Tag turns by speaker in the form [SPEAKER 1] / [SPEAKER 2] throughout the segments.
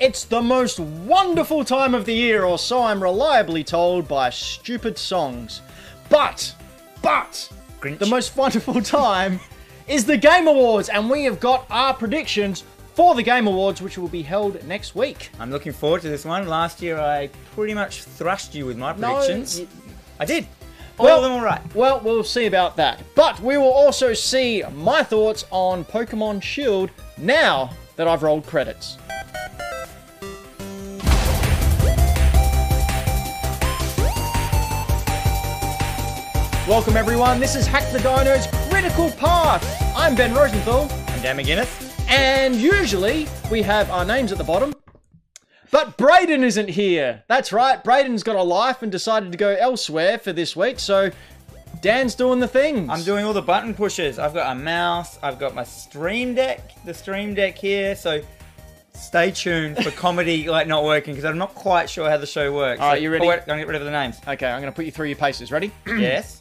[SPEAKER 1] It's the most wonderful time of the year, or so I'm reliably told by stupid songs. But, but,
[SPEAKER 2] Grinch.
[SPEAKER 1] the most wonderful time is the Game Awards, and we have got our predictions for the Game Awards, which will be held next week.
[SPEAKER 2] I'm looking forward to this one. Last year, I pretty much thrashed you with my predictions.
[SPEAKER 1] No, y-
[SPEAKER 2] I did. All
[SPEAKER 1] Well-
[SPEAKER 2] of them all right.
[SPEAKER 1] well, we'll see about that. But we will also see my thoughts on Pokemon Shield now that I've rolled credits. Welcome, everyone. This is Hack the Dino's Critical Path. I'm Ben Rosenthal.
[SPEAKER 2] And Dan McGuinness.
[SPEAKER 1] And usually we have our names at the bottom. But Braden isn't here. That's right, Braden's got a life and decided to go elsewhere for this week, so Dan's doing the things.
[SPEAKER 2] I'm doing all the button pushes. I've got a mouse. I've got my stream deck. The stream deck here. So stay tuned for comedy like not working because I'm not quite sure how the show works.
[SPEAKER 1] All right,
[SPEAKER 2] So-
[SPEAKER 1] you ready?
[SPEAKER 2] Oh, wait, I'm gonna get rid of the names.
[SPEAKER 1] Okay, I'm gonna put you through your paces. Ready?
[SPEAKER 2] yes.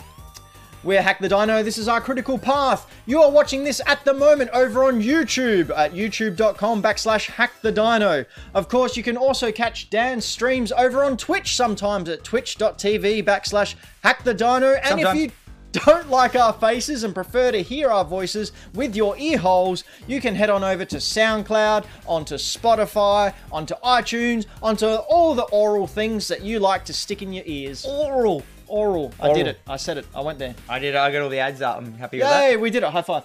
[SPEAKER 1] We're Hack the Dino. This is our critical path. You are watching this at the moment over on YouTube at youtube.com backslash hack the dino. Of course, you can also catch Dan's streams over on Twitch sometimes at twitch.tv backslash hack the dino. And
[SPEAKER 2] Sometimes.
[SPEAKER 1] if you don't like our faces and prefer to hear our voices with your ear holes, you can head on over to SoundCloud, onto Spotify, onto iTunes, onto all the oral things that you like to stick in your ears.
[SPEAKER 2] Oral.
[SPEAKER 1] Oral. I did
[SPEAKER 2] Oral.
[SPEAKER 1] it. I said it. I went there.
[SPEAKER 2] I did. I got all the ads up. I'm happy with that.
[SPEAKER 1] Yay, we did it. High five.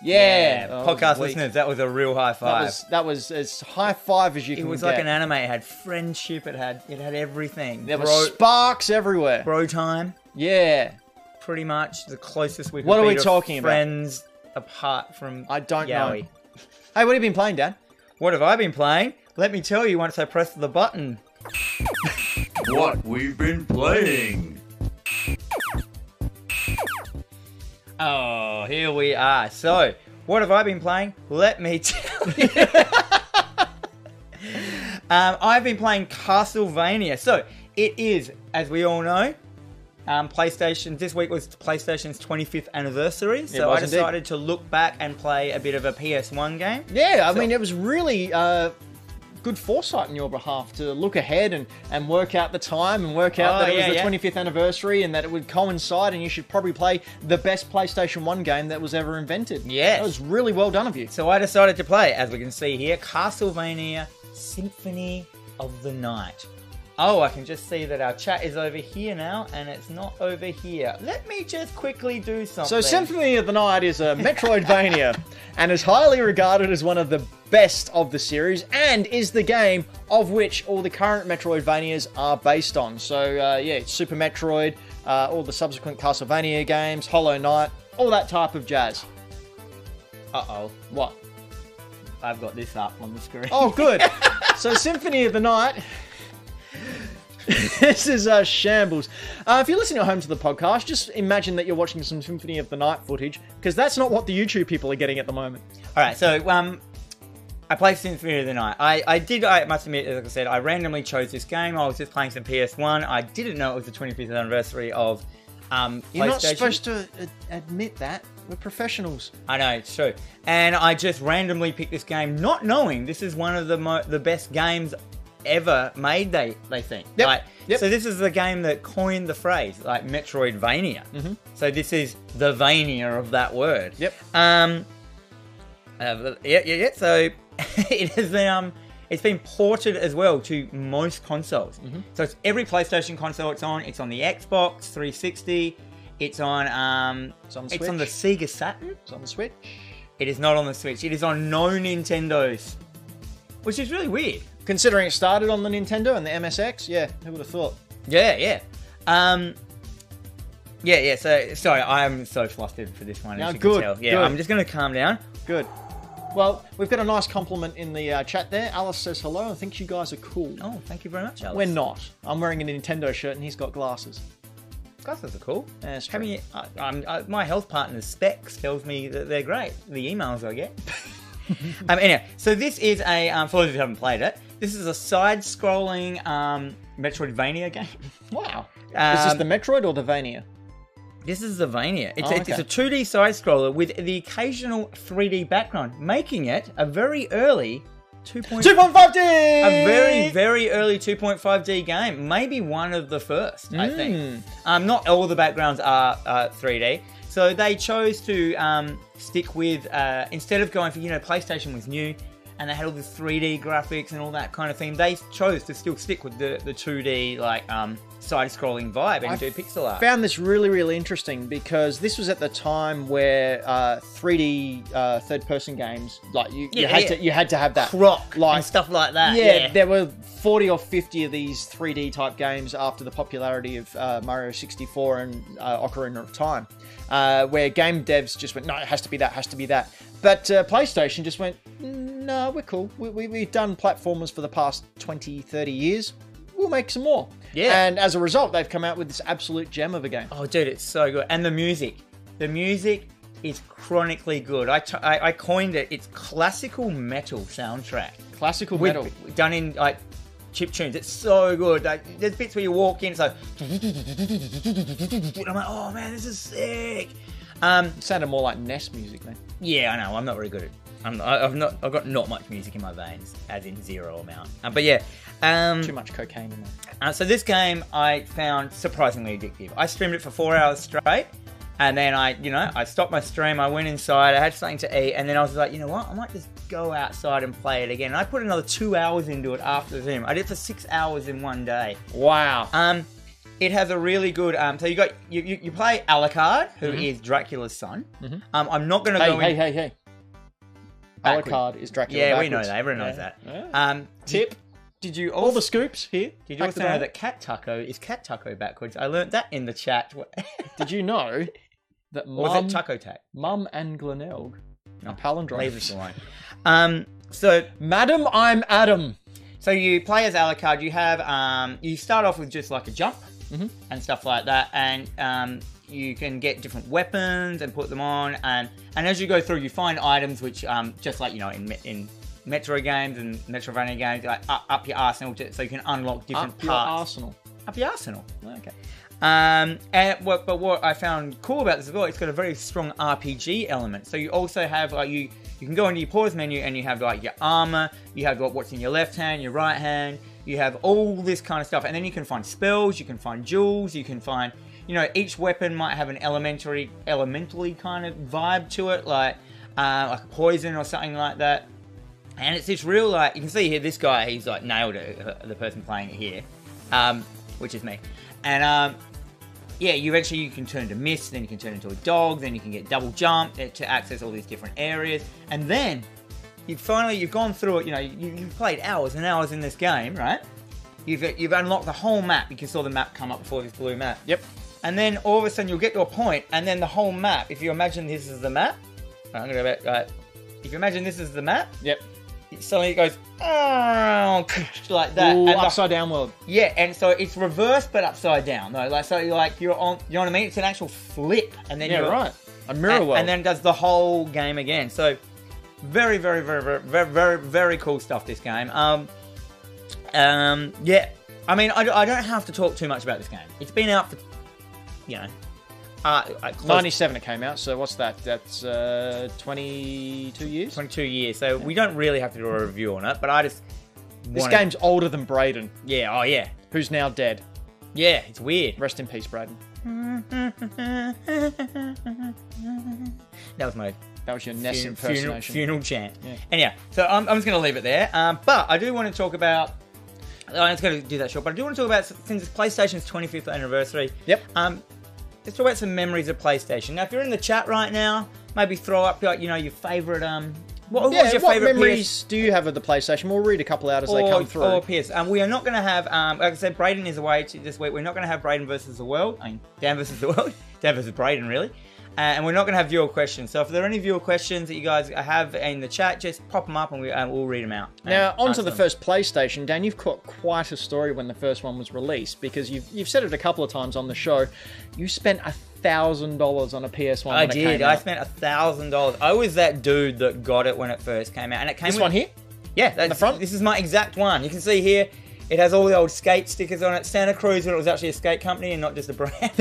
[SPEAKER 1] Yeah. That was
[SPEAKER 2] Podcast
[SPEAKER 1] weak.
[SPEAKER 2] listeners, that was a real high
[SPEAKER 1] That
[SPEAKER 2] five.
[SPEAKER 1] was, that was as high five as you
[SPEAKER 2] it
[SPEAKER 1] can
[SPEAKER 2] was
[SPEAKER 1] get.
[SPEAKER 2] like an anime. It had friendship. It had it had everything.
[SPEAKER 1] there were
[SPEAKER 2] bro,
[SPEAKER 1] sparks everywhere.
[SPEAKER 2] bro time.
[SPEAKER 1] Yeah.
[SPEAKER 2] Pretty much the closest we. Could
[SPEAKER 1] What are
[SPEAKER 2] be
[SPEAKER 1] we
[SPEAKER 2] to
[SPEAKER 1] talking about?
[SPEAKER 2] friends apart from.
[SPEAKER 1] I don't know.
[SPEAKER 2] Yowie.
[SPEAKER 1] Hey, what have you been playing, Dan?
[SPEAKER 2] What have I been playing? Let me tell you. Once I press the button.
[SPEAKER 3] What we've been playing.
[SPEAKER 2] Oh, here we are. So, what have I been playing? Let me tell you. um, I've been playing Castlevania. So, it is, as we all know, um, PlayStation. This week was PlayStation's 25th anniversary. So,
[SPEAKER 1] was
[SPEAKER 2] I
[SPEAKER 1] indeed.
[SPEAKER 2] decided to look back and play a bit of a PS1 game.
[SPEAKER 1] Yeah, I
[SPEAKER 2] So-
[SPEAKER 1] mean, it was really uh, good foresight on your behalf to look ahead and, and work out the time and work out
[SPEAKER 2] Oh,
[SPEAKER 1] that it was
[SPEAKER 2] yeah,
[SPEAKER 1] the
[SPEAKER 2] yeah.
[SPEAKER 1] 25th anniversary and that it would coincide and you should probably play the best PlayStation 1 game that was ever invented.
[SPEAKER 2] Yes.
[SPEAKER 1] That was really well done of you.
[SPEAKER 2] So, I decided to play, as we can see here, Castlevania Symphony of the Night. Oh, I can just see that our chat is over here now, and it's not over here. Let me just quickly do
[SPEAKER 1] So,
[SPEAKER 2] something.
[SPEAKER 1] Symphony of the Night is a Metroidvania and is highly regarded as one of the best of the series and is the game of which all the current Metroidvanias are based on. So, uh, yeah, it's Super Metroid, uh, all the subsequent Castlevania games, Hollow Knight, all that type of jazz.
[SPEAKER 2] Uh oh,
[SPEAKER 1] What?
[SPEAKER 2] I've got this up on the screen.
[SPEAKER 1] Oh, good. so, Symphony of the Night. this is a shambles. Uh, if you're listening at home to the podcast, just imagine that you're watching some Symphony of the Night footage because that's not what the YouTube people are getting at the moment.
[SPEAKER 2] All right, so um, I played Symphony of the Night. I, I did. I must admit, as I said, I randomly chose this game. I was just playing some PS One. I didn't know it was the 25th anniversary of um.
[SPEAKER 1] You're not
[SPEAKER 2] PlayStation.
[SPEAKER 1] supposed to uh, admit that. We're professionals.
[SPEAKER 2] I know it's true. And I just randomly picked this game, not knowing this is one of the mo- the best games ever made. They they think.
[SPEAKER 1] Yep,
[SPEAKER 2] Like,
[SPEAKER 1] yep.
[SPEAKER 2] So this is the game that coined the phrase, like Metroidvania. So this is the vania of that word.
[SPEAKER 1] Mm-hmm. Yep.
[SPEAKER 2] Um. uh, yeah, yeah, yeah. So it has been um. It's been ported as well to most consoles.
[SPEAKER 1] Mm-hmm.
[SPEAKER 2] So it's every PlayStation console it's on. It's on the Xbox 360. It's on um.
[SPEAKER 1] It's on the
[SPEAKER 2] it's on the
[SPEAKER 1] Switch.
[SPEAKER 2] Sega Saturn.
[SPEAKER 1] It's on the Switch.
[SPEAKER 2] It is not on the Switch. It is on no Nintendos, which is really weird.
[SPEAKER 1] Considering it started on the Nintendo and the MSX, yeah, who would have thought?
[SPEAKER 2] Yeah, yeah. Um, yeah, yeah. So sorry, I'm so flustered for this one.
[SPEAKER 1] No,
[SPEAKER 2] as you
[SPEAKER 1] good,
[SPEAKER 2] Can tell. Yeah,
[SPEAKER 1] good.
[SPEAKER 2] I'm just gonna calm down.
[SPEAKER 1] Good. Well, we've got a nice compliment in the uh, chat there. Alice says hello and thinks you guys are cool.
[SPEAKER 2] Oh, thank you very much, Alice.
[SPEAKER 1] We're not. I'm wearing a Nintendo shirt and he's got glasses.
[SPEAKER 2] glasses are cool.
[SPEAKER 1] That's true.
[SPEAKER 2] Having it- I, I'm, I, my health partner's specs tells me that they're great. The emails I get. um, anyway, so this is a um, for those who haven't played it. This is a side-scrolling um, Metroidvania game.
[SPEAKER 1] Wow. is this
[SPEAKER 2] Um,
[SPEAKER 1] the Metroid or the Vania?
[SPEAKER 2] This is the Vania. It's,
[SPEAKER 1] Oh,
[SPEAKER 2] it's, it's
[SPEAKER 1] okay.
[SPEAKER 2] a 2D side scroller with the occasional 3D background, making it a very early two point
[SPEAKER 1] 2.5D!
[SPEAKER 2] a very very early 2.5D game, maybe one of the first. I think.
[SPEAKER 1] Hmm.
[SPEAKER 2] Um, not all the backgrounds are uh, 3D, so they chose to um, stick with uh, instead of going for you know PlayStation was new, and they had all the 3D graphics and all that kind of thing. They chose to still stick with the the 2D like um, side-scrolling vibe and
[SPEAKER 1] I
[SPEAKER 2] do pixel art.
[SPEAKER 1] found this really, really interesting because this was at the time where uh, 3D uh, third-person games, like you, you
[SPEAKER 2] Yeah,
[SPEAKER 1] had
[SPEAKER 2] yeah.
[SPEAKER 1] to, you had to have that
[SPEAKER 2] Croc
[SPEAKER 1] like
[SPEAKER 2] and stuff like that.
[SPEAKER 1] yeah,
[SPEAKER 2] Uh, Yeah,
[SPEAKER 1] there were 40 or 50 of these 3D type games after the popularity of uh, Mario 64 and uh, Ocarina of Time, uh, where game devs just went, no, it has to be that, has to be that. But uh, PlayStation just went, no, we're cool. We, we, we've done platformers for the past 20, 30 years. We'll make some more.
[SPEAKER 2] Yeah.
[SPEAKER 1] And as a result, they've come out with this absolute gem of a game.
[SPEAKER 2] Oh, dude, it's so good. And the music. The music is chronically good. I t- I- I coined it. It's classical metal soundtrack.
[SPEAKER 1] Classical
[SPEAKER 2] With-
[SPEAKER 1] metal.
[SPEAKER 2] Done in, like, chip tunes. It's so good. Like, there's bits where you walk in, it's like... And I'm like, oh, man, this is sick. Um,
[SPEAKER 1] It sounded more like NES music, man.
[SPEAKER 2] yeah, I know. I'm not very good at. I'm, I- I've not. I've got not much music in my veins, as in zero amount. Um, but yeah, um,
[SPEAKER 1] Too much cocaine in there.
[SPEAKER 2] uh, so this game I found surprisingly addictive. I streamed it for four hours straight, and then I, you know, I stopped my stream. I went inside. I had something to eat, and then I was like, you know what? I might just go outside and play it again. And I put another two hours into it after the Zoom. I did it for six hours in one day.
[SPEAKER 1] Wow.
[SPEAKER 2] Um, it has a really good. Um, so you got you you, you play Alucard, who is Dracula's son. Um, I'm not going to
[SPEAKER 1] Mm-hmm. hey,
[SPEAKER 2] go
[SPEAKER 1] hey, hey,
[SPEAKER 2] in.
[SPEAKER 1] hey.
[SPEAKER 2] Backward.
[SPEAKER 1] Alucard is Dracula.
[SPEAKER 2] Yeah, we know
[SPEAKER 1] backwards.
[SPEAKER 2] that. Everyone knows
[SPEAKER 1] Yeah.
[SPEAKER 2] that.
[SPEAKER 1] Yeah.
[SPEAKER 2] Um,
[SPEAKER 1] Tip.
[SPEAKER 2] Did you
[SPEAKER 1] All
[SPEAKER 2] also
[SPEAKER 1] the scoops here.
[SPEAKER 2] Did you
[SPEAKER 1] Back
[SPEAKER 2] also
[SPEAKER 1] to
[SPEAKER 2] know
[SPEAKER 1] that.
[SPEAKER 2] that cat taco is cat taco backwards? I learnt that in the chat. What-
[SPEAKER 1] Did you know that
[SPEAKER 2] Or was
[SPEAKER 1] mum,
[SPEAKER 2] it taco tack?
[SPEAKER 1] mum and Glenelg
[SPEAKER 2] No,
[SPEAKER 1] are
[SPEAKER 2] Leave this
[SPEAKER 1] palindromes?
[SPEAKER 2] alone. Um, so,
[SPEAKER 1] Madam, I'm Adam.
[SPEAKER 2] so you play as Alucard. You have um, you start off with just like a jump
[SPEAKER 1] Mhm.
[SPEAKER 2] and stuff like that, and um, you can get different weapons and put them on, and and as you go through, you find items which um, just like you know in Me- in Metro games and Metrovania games, like up, up your arsenal, to, so you can unlock different
[SPEAKER 1] Up
[SPEAKER 2] parts
[SPEAKER 1] your arsenal.
[SPEAKER 2] up your arsenal.
[SPEAKER 1] Okay.
[SPEAKER 2] Um, and what, but what I found cool about this as well, it's got a very strong RPG element. So you also have like you you can go into your pause menu and you have like your armor, you have like, what's in your left hand, your right hand, you have all this kind of stuff, and then you can find spells, you can find jewels, you can find you know each weapon might have an elementary elementally kind of vibe to it, like uh, like a poison or something like that. And it's this real like you can see here this guy he's like nailed it uh, the person playing it here, um, which is me, and um, yeah you eventually you can turn to mist then you can turn into a dog then you can get double jump uh, to access all these different areas and then you finally you've gone through it you know you, you've played hours and hours in this game right you've uh, you've unlocked the whole map you can saw the map come up before this blue map
[SPEAKER 1] Yep.
[SPEAKER 2] and then all of a sudden you'll get to a point, and then the whole map. If you imagine this is the map, I'm gonna go back. Right. If you imagine this is the map,
[SPEAKER 1] Yep.
[SPEAKER 2] it suddenly it goes "Oh," like that.
[SPEAKER 1] Ooh,
[SPEAKER 2] and the-
[SPEAKER 1] upside down world.
[SPEAKER 2] yeah, and so it's reversed but upside down though. Like so, you're like you're on. You know what I mean? It's an actual flip, and then
[SPEAKER 1] Yeah,
[SPEAKER 2] you're
[SPEAKER 1] right. A mirror
[SPEAKER 2] And,
[SPEAKER 1] world.
[SPEAKER 2] and then does the whole game again. So very, very, very, very, very, very, very cool stuff. This game. Um, um, yeah. I mean, I, I don't have to talk too much about this game. It's been out for, you know, uh, uh, close
[SPEAKER 1] 97 it came out, so what's that? That's uh, 22 years?
[SPEAKER 2] 22 years. So we don't really have to do a review on it. But I just
[SPEAKER 1] This
[SPEAKER 2] wanted-
[SPEAKER 1] game's older than Braden,
[SPEAKER 2] Yeah. Oh yeah.
[SPEAKER 1] who's now dead.
[SPEAKER 2] Yeah. It's weird.
[SPEAKER 1] Rest in peace, Braden.
[SPEAKER 2] That was my
[SPEAKER 1] That was your Ness
[SPEAKER 2] fun- funeral,
[SPEAKER 1] impersonation.
[SPEAKER 2] funeral chant.
[SPEAKER 1] Yeah.
[SPEAKER 2] Anyhow, so I'm, I'm just going to leave it there. Um, but I do want to talk about. I'm just going to do that short, but I do want to talk about since it's PlayStation's 25th anniversary.
[SPEAKER 1] Yep.
[SPEAKER 2] Um, let's talk about some memories of PlayStation. Now, if you're in the chat right now, maybe throw up like you know your favorite. Um, what, what
[SPEAKER 1] Yeah,
[SPEAKER 2] was your
[SPEAKER 1] what
[SPEAKER 2] favorite
[SPEAKER 1] memories do you have of the PlayStation? We'll read a couple out as they come through.
[SPEAKER 2] Or Pierce. Um, we are not going to have, um, like I said, Braden is away to this week. We're not going to have Braden versus the world. I mean, Dan versus the world. Dan versus Braden, really. Uh, and we're not going to have viewer questions. So if there are any viewer questions that you guys have in the chat, just pop them up and we, uh, we'll read them out.
[SPEAKER 1] Now,
[SPEAKER 2] And
[SPEAKER 1] onto
[SPEAKER 2] answer
[SPEAKER 1] the
[SPEAKER 2] them.
[SPEAKER 1] first PlayStation, Dan, you've caught quite a story when the first one was released because you've, you've said it a couple of times on the show. You spent a thousand dollars on a PS1.
[SPEAKER 2] I
[SPEAKER 1] when it
[SPEAKER 2] did.
[SPEAKER 1] came
[SPEAKER 2] I
[SPEAKER 1] out.
[SPEAKER 2] spent a thousand dollars. I was that dude that got it when it first came out, and it came.
[SPEAKER 1] this
[SPEAKER 2] with-
[SPEAKER 1] one here.
[SPEAKER 2] Yeah, that's, the
[SPEAKER 1] front?
[SPEAKER 2] This is my exact one. You can see here, it has all the old skate stickers on it. Santa Cruz, when it was actually a skate company and not just a brand.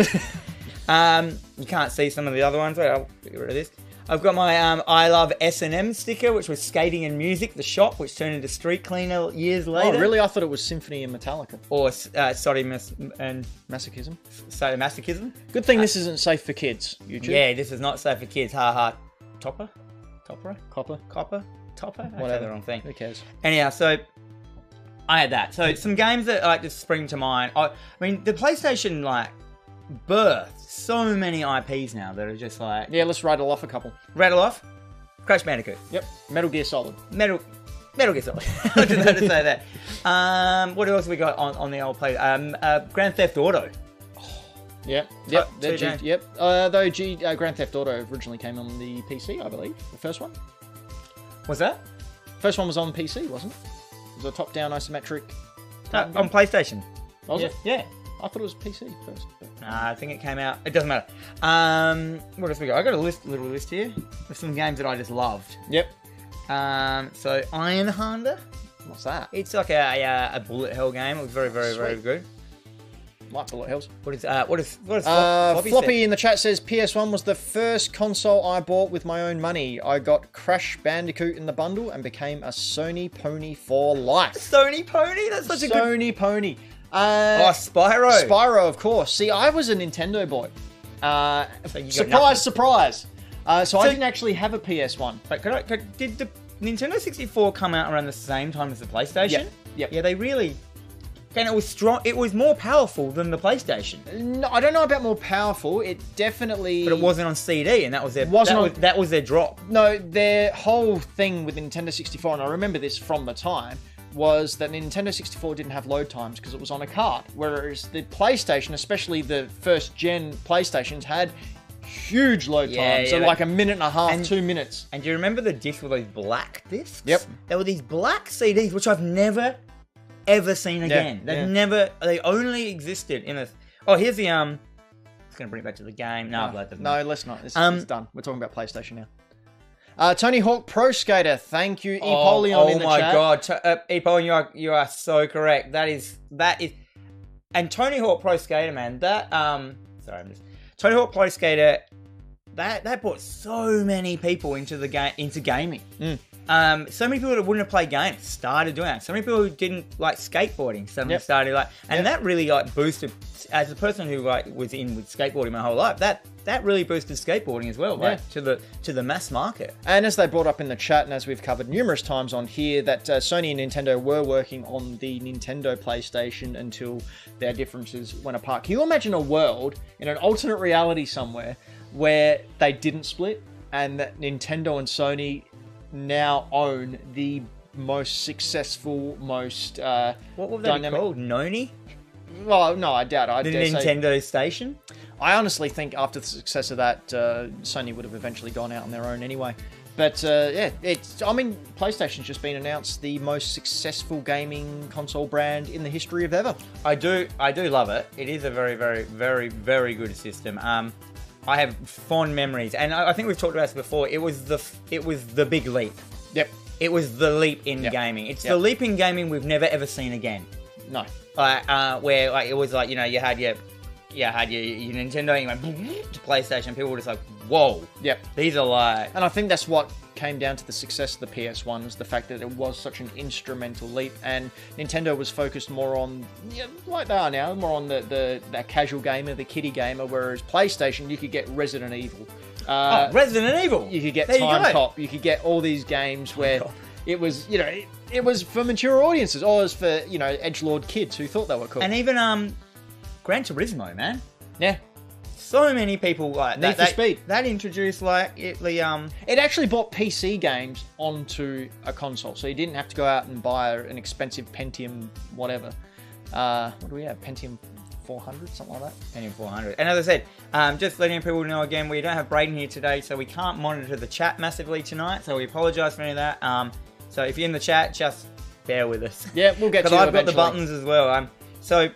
[SPEAKER 2] um, you can't see some of the other ones. Wait, I'll get rid of this. I've got my um, I love S and M sticker, which was skating and music, the shop, which turned into street cleaner years later.
[SPEAKER 1] Oh, really? I thought it was Symphony and Metallica.
[SPEAKER 2] Or uh, sorry, mis- and
[SPEAKER 1] Masochism.
[SPEAKER 2] sadomasochism.
[SPEAKER 1] Good thing this isn't safe for kids. YouTube.
[SPEAKER 2] Yeah, this is not safe for kids. Ha ha. Topper, topper,
[SPEAKER 1] Copper.
[SPEAKER 2] copper, topper. I said
[SPEAKER 1] Whatever.
[SPEAKER 2] the wrong thing.
[SPEAKER 1] Who cares?
[SPEAKER 2] Anyhow, so I had that. So some games that like just spring to mind. I, I mean, the PlayStation like birthed so many IPs now that are just like
[SPEAKER 1] Yeah, let's rattle off a couple.
[SPEAKER 2] rattle off. Crash Bandicoot,
[SPEAKER 1] Yep. Metal Gear Solid.
[SPEAKER 2] Metal, Metal Gear Solid. I just had to say that. Um, what else we got on, on the old play? Um, uh, Grand Theft Auto.
[SPEAKER 1] Yep. Yep.
[SPEAKER 2] two
[SPEAKER 1] they're G-
[SPEAKER 2] down.
[SPEAKER 1] yep. Uh, though G- uh, Grand Theft Auto originally came on the PC, I believe. The first one.
[SPEAKER 2] Was that Uh,
[SPEAKER 1] First one was on PC, wasn't it? It was a top-down isometric.
[SPEAKER 2] Uh, on PlayStation?
[SPEAKER 1] Was
[SPEAKER 2] yeah.
[SPEAKER 1] it?
[SPEAKER 2] yeah.
[SPEAKER 1] I thought it was PC first. but-
[SPEAKER 2] Nah, I think it came out. It doesn't matter. Um, what else we got? I got a list, little list here of some games that I just loved.
[SPEAKER 1] Yep.
[SPEAKER 2] Um, so Iron Honda.
[SPEAKER 1] What's that?
[SPEAKER 2] It's like a, a, a bullet hell game. It was very, very, very
[SPEAKER 1] Sweet.
[SPEAKER 2] good.
[SPEAKER 1] Might be what helps.
[SPEAKER 2] What is uh, what is what is Flop-
[SPEAKER 1] Uh,
[SPEAKER 2] Floppy?
[SPEAKER 1] Floppy,
[SPEAKER 2] said?
[SPEAKER 1] in the chat says PS1 was the first console I bought with my own money. I got Crash Bandicoot in the bundle and became a Sony pony for life.
[SPEAKER 2] Sony Pony. That's such a good.
[SPEAKER 1] Sony pony.
[SPEAKER 2] Oh,
[SPEAKER 1] Uh,
[SPEAKER 2] Spyro.
[SPEAKER 1] Spyro, of course. See, I was a Nintendo boy. Uh,
[SPEAKER 2] So you got
[SPEAKER 1] surprise,
[SPEAKER 2] nothing.
[SPEAKER 1] surprise. Uh, so, I
[SPEAKER 2] So-
[SPEAKER 1] didn't actually have a PS1.
[SPEAKER 2] Wait, could I, could, did the Nintendo 64 come out around the same time as the PlayStation?
[SPEAKER 1] Yep, yep.
[SPEAKER 2] Yeah, they really. And it was strong. It was more powerful than the PlayStation,
[SPEAKER 1] No, I don't know about more powerful. It definitely.
[SPEAKER 2] but it wasn't on CD, and that was their
[SPEAKER 1] Wasn't
[SPEAKER 2] that,
[SPEAKER 1] on-
[SPEAKER 2] was, that was their drop.
[SPEAKER 1] No, their whole thing with Nintendo 64, and I remember this from the time, was that Nintendo 64 didn't have load times because it was on a card. Whereas the PlayStation, especially the first gen PlayStations, had huge load
[SPEAKER 2] Yeah,
[SPEAKER 1] times.
[SPEAKER 2] yeah,
[SPEAKER 1] so,
[SPEAKER 2] they-
[SPEAKER 1] like a minute and a half,
[SPEAKER 2] And-
[SPEAKER 1] two minutes.
[SPEAKER 2] And do you remember the discs with those black discs?
[SPEAKER 1] Yep.
[SPEAKER 2] There were these black CDs, which I've never, ever seen again. They've
[SPEAKER 1] yeah.
[SPEAKER 2] never. They only existed in a. Oh, here's the um. It's gonna bring it back to the game. No, I've let them.
[SPEAKER 1] Ah, No, let's not. It's,
[SPEAKER 2] Um,
[SPEAKER 1] it's done. We're talking about PlayStation now. Uh, Tony Hawk Pro Skater, thank you,
[SPEAKER 2] Oh,
[SPEAKER 1] Epolion
[SPEAKER 2] oh
[SPEAKER 1] in the
[SPEAKER 2] my
[SPEAKER 1] chat.
[SPEAKER 2] god, T- uh, Epolion, you are you are so correct. That is that is. And Tony Hawk Pro Skater, man, that um. Sorry, I'm just. Tony Hawk Pro Skater. That that brought so many people into the game into gaming.
[SPEAKER 1] Mm.
[SPEAKER 2] Um, so many people that wouldn't have played games started doing that. So many people who didn't like skateboarding suddenly
[SPEAKER 1] Yep.
[SPEAKER 2] started like, and that really like boosted. As a person who like was in with skateboarding my whole life, that that really boosted skateboarding as well, like
[SPEAKER 1] Yeah.
[SPEAKER 2] to the to the mass market.
[SPEAKER 1] And as they brought up in the chat, and as we've covered numerous times on here, that uh, Sony and Nintendo were working on the Nintendo PlayStation until their differences went apart. Can you imagine a world in an alternate reality somewhere where they didn't split and that Nintendo and Sony now own the most successful, most uh,
[SPEAKER 2] What were they
[SPEAKER 1] dynamic-
[SPEAKER 2] called? Noni.
[SPEAKER 1] Well, no, I doubt. It. I
[SPEAKER 2] the
[SPEAKER 1] dare say-
[SPEAKER 2] Nintendo station.
[SPEAKER 1] I honestly think after the success of that, uh, Sony would have eventually gone out on their own anyway. But uh, yeah, it's. I mean, PlayStation's just been announced the most successful gaming console brand in the history of ever.
[SPEAKER 2] I do, I do love it. It is a very, very, very, very good system. Um, I have fond memories, and I, I think we've talked about this before. It was the, f- it was the big leap.
[SPEAKER 1] Yep.
[SPEAKER 2] It was the leap in
[SPEAKER 1] Yep.
[SPEAKER 2] gaming. It's
[SPEAKER 1] Yep.
[SPEAKER 2] the leap in gaming we've never ever seen again.
[SPEAKER 1] No.
[SPEAKER 2] Like, uh, where like it was like you know you had your, you had your, your Nintendo, and you went boom, to PlayStation. People were just like, whoa,
[SPEAKER 1] Yep.
[SPEAKER 2] these are like
[SPEAKER 1] And I think that's what came down to the success of the PS1 was the fact that it was such an instrumental leap, and Nintendo was focused more on, yeah, like they are now, more on the, the that casual gamer, the kiddie gamer, whereas PlayStation you could get Resident Evil. Uh,
[SPEAKER 2] oh, Resident Evil.
[SPEAKER 1] You could get
[SPEAKER 2] There you
[SPEAKER 1] Time
[SPEAKER 2] go. Oh
[SPEAKER 1] Cop. You could get all these games where
[SPEAKER 2] God.
[SPEAKER 1] it was, you know, it, it was for mature audiences, or it was for you know edge lord kids who thought they were cool.
[SPEAKER 2] and even um, Gran Turismo, man.
[SPEAKER 1] yeah,
[SPEAKER 2] so many people like
[SPEAKER 1] Need
[SPEAKER 2] that,
[SPEAKER 1] for
[SPEAKER 2] that-
[SPEAKER 1] Speed.
[SPEAKER 2] that introduced like it, the um
[SPEAKER 1] it actually bought PC games onto a console, so you didn't have to go out and buy an expensive Pentium whatever. Uh, what do we have? Pentium 400, something like that.
[SPEAKER 2] Pentium 400. And as I said, um, just letting people know again, we don't have Braden here today, so we can't monitor the chat massively tonight. So we apologise for any of that. Um, so if you're in the chat, just bear with us.
[SPEAKER 1] Yeah, we'll get to
[SPEAKER 2] because
[SPEAKER 1] you
[SPEAKER 2] I've got the
[SPEAKER 1] eventually.
[SPEAKER 2] buttons as well. Um, so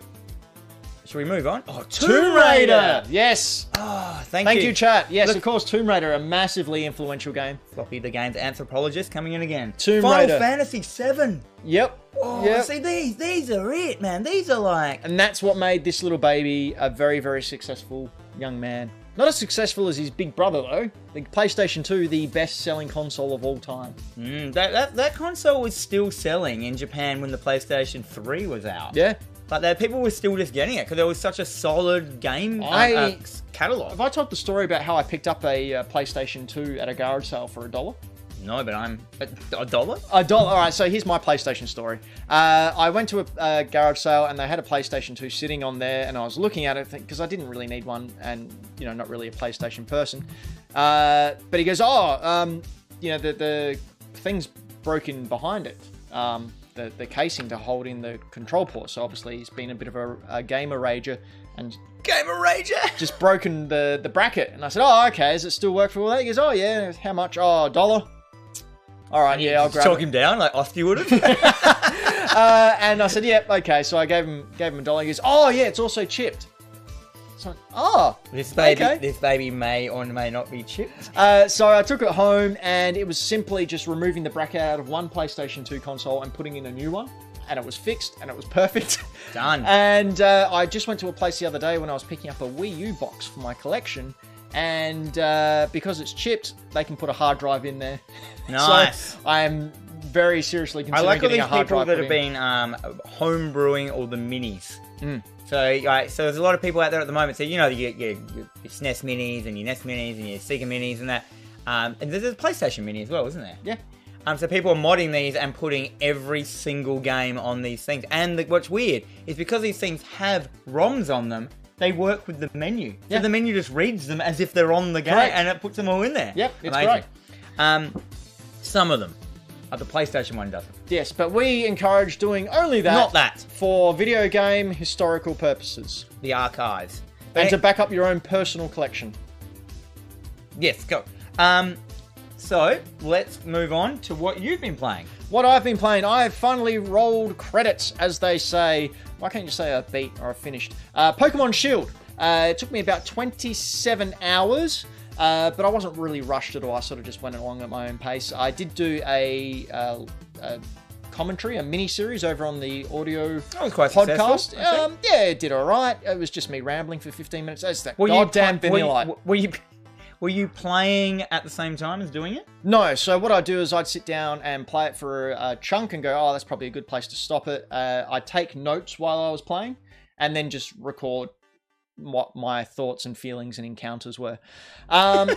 [SPEAKER 2] should we move on? Oh,
[SPEAKER 1] Tomb Raider. Yes.
[SPEAKER 2] Oh, thank,
[SPEAKER 1] Thank you, chat. Yes,
[SPEAKER 2] Look-
[SPEAKER 1] of course. Tomb Raider, a massively influential game.
[SPEAKER 2] Floppy, the game's anthropologist, coming in again.
[SPEAKER 1] Tomb
[SPEAKER 2] Final
[SPEAKER 1] Raider.
[SPEAKER 2] Fantasy VII.
[SPEAKER 1] Yep.
[SPEAKER 2] Oh,
[SPEAKER 1] yep.
[SPEAKER 2] see these, these are it, man. These are like
[SPEAKER 1] And that's what made this little baby a very, very successful young man Not as successful as his big brother, though. The PlayStation 2, the best selling console of all time.
[SPEAKER 2] Mm, that, that that console was still selling in Japan when the PlayStation 3 was out.
[SPEAKER 1] Yeah?
[SPEAKER 2] Like that, people were still just getting it because it was such a solid game uh,
[SPEAKER 1] I-
[SPEAKER 2] uh, s- catalog.
[SPEAKER 1] Have I told the story about how I picked up a uh, PlayStation 2 at a garage sale for a dollar?
[SPEAKER 2] No, but I'm a, a dollar.
[SPEAKER 1] A dollar. All right. So here's my PlayStation story. Uh, I went to a, uh garage sale and they had a PlayStation 2 sitting on there, and I was looking at it because I didn't really need one, and you know, not really a PlayStation person. Uh, but he goes, "Oh, um, you know, the the thing's broken behind it." Um, the, the casing to hold in the control port. So obviously he's been a bit of a, a gamer rager and
[SPEAKER 2] Game of Rager.
[SPEAKER 1] just broken the, the bracket. And I said, oh, okay, does it still work for all that? He goes, oh, yeah, how much? Oh, a dollar. All right, yeah, I'll grab it.
[SPEAKER 2] Talk him down like Oscar would have.
[SPEAKER 1] Uh, and I said, "Yep, okay." So I gave him gave him a dollar. He goes, "Oh yeah, it's also chipped." So oh,
[SPEAKER 2] this baby,
[SPEAKER 1] Okay.
[SPEAKER 2] this baby may or may not be chipped.
[SPEAKER 1] uh, so I took it home, and it was simply just removing the bracket out of one PlayStation 2 console and putting in a new one, and it was fixed, and it was perfect.
[SPEAKER 2] Done.
[SPEAKER 1] and uh, I just went to a place the other day when I was picking up a Wii U box for my collection, and uh, because it's chipped, they can put a hard drive in there.
[SPEAKER 2] Nice.
[SPEAKER 1] so I am very seriously
[SPEAKER 2] I
[SPEAKER 1] considering
[SPEAKER 2] like all
[SPEAKER 1] getting
[SPEAKER 2] these
[SPEAKER 1] a hard
[SPEAKER 2] people
[SPEAKER 1] drive.
[SPEAKER 2] that
[SPEAKER 1] put
[SPEAKER 2] have
[SPEAKER 1] in.
[SPEAKER 2] been um, homebrewing all the minis.
[SPEAKER 1] Hmm.
[SPEAKER 2] So, right, so there's a lot of people out there at the moment. So you know, you get your, your SNES minis and your NES minis and your Sega minis and that. Um, and there's a PlayStation mini as well, isn't there?
[SPEAKER 1] Yeah.
[SPEAKER 2] Um, so people are modding these and putting every single game on these things. And the, what's weird is because these things have ROMs on them, they work with the menu. So
[SPEAKER 1] Yeah.
[SPEAKER 2] the menu just reads them as if they're on the game,
[SPEAKER 1] Correct.
[SPEAKER 2] and it puts them all in there.
[SPEAKER 1] Yep, it's
[SPEAKER 2] Amazing.
[SPEAKER 1] great.
[SPEAKER 2] Um, some of them, uh, the PlayStation one doesn't.
[SPEAKER 1] Yes, but we encourage doing only that.
[SPEAKER 2] Not that.
[SPEAKER 1] For video game historical purposes.
[SPEAKER 2] The archives.
[SPEAKER 1] And
[SPEAKER 2] Eh,
[SPEAKER 1] to back up your own personal collection.
[SPEAKER 2] Yes, go. Um, so let's move on to what you've been playing.
[SPEAKER 1] What I've been playing, I have finally rolled credits, as they say. Why can't you say I beat or I finished? Uh, Pokemon Shield. Uh, it took me about 27 hours, uh, but I wasn't really rushed at all. I sort of just went along at my own pace. I did do a, uh, a commentary, a mini series over on the audio
[SPEAKER 2] That was quite
[SPEAKER 1] podcast.
[SPEAKER 2] successful, I think.
[SPEAKER 1] Um, yeah, it did all right. It was just me rambling for 15 minutes. That's that
[SPEAKER 2] Were you
[SPEAKER 1] goddamn
[SPEAKER 2] pla-
[SPEAKER 1] vanilla.
[SPEAKER 2] Were you, were you were you playing at the same time as doing it?
[SPEAKER 1] No, so what I do is I'd sit down and play it for a chunk and go, oh, that's probably a good place to stop it. Uh, I take notes while I was playing and then just record what my thoughts and feelings and encounters were. Um,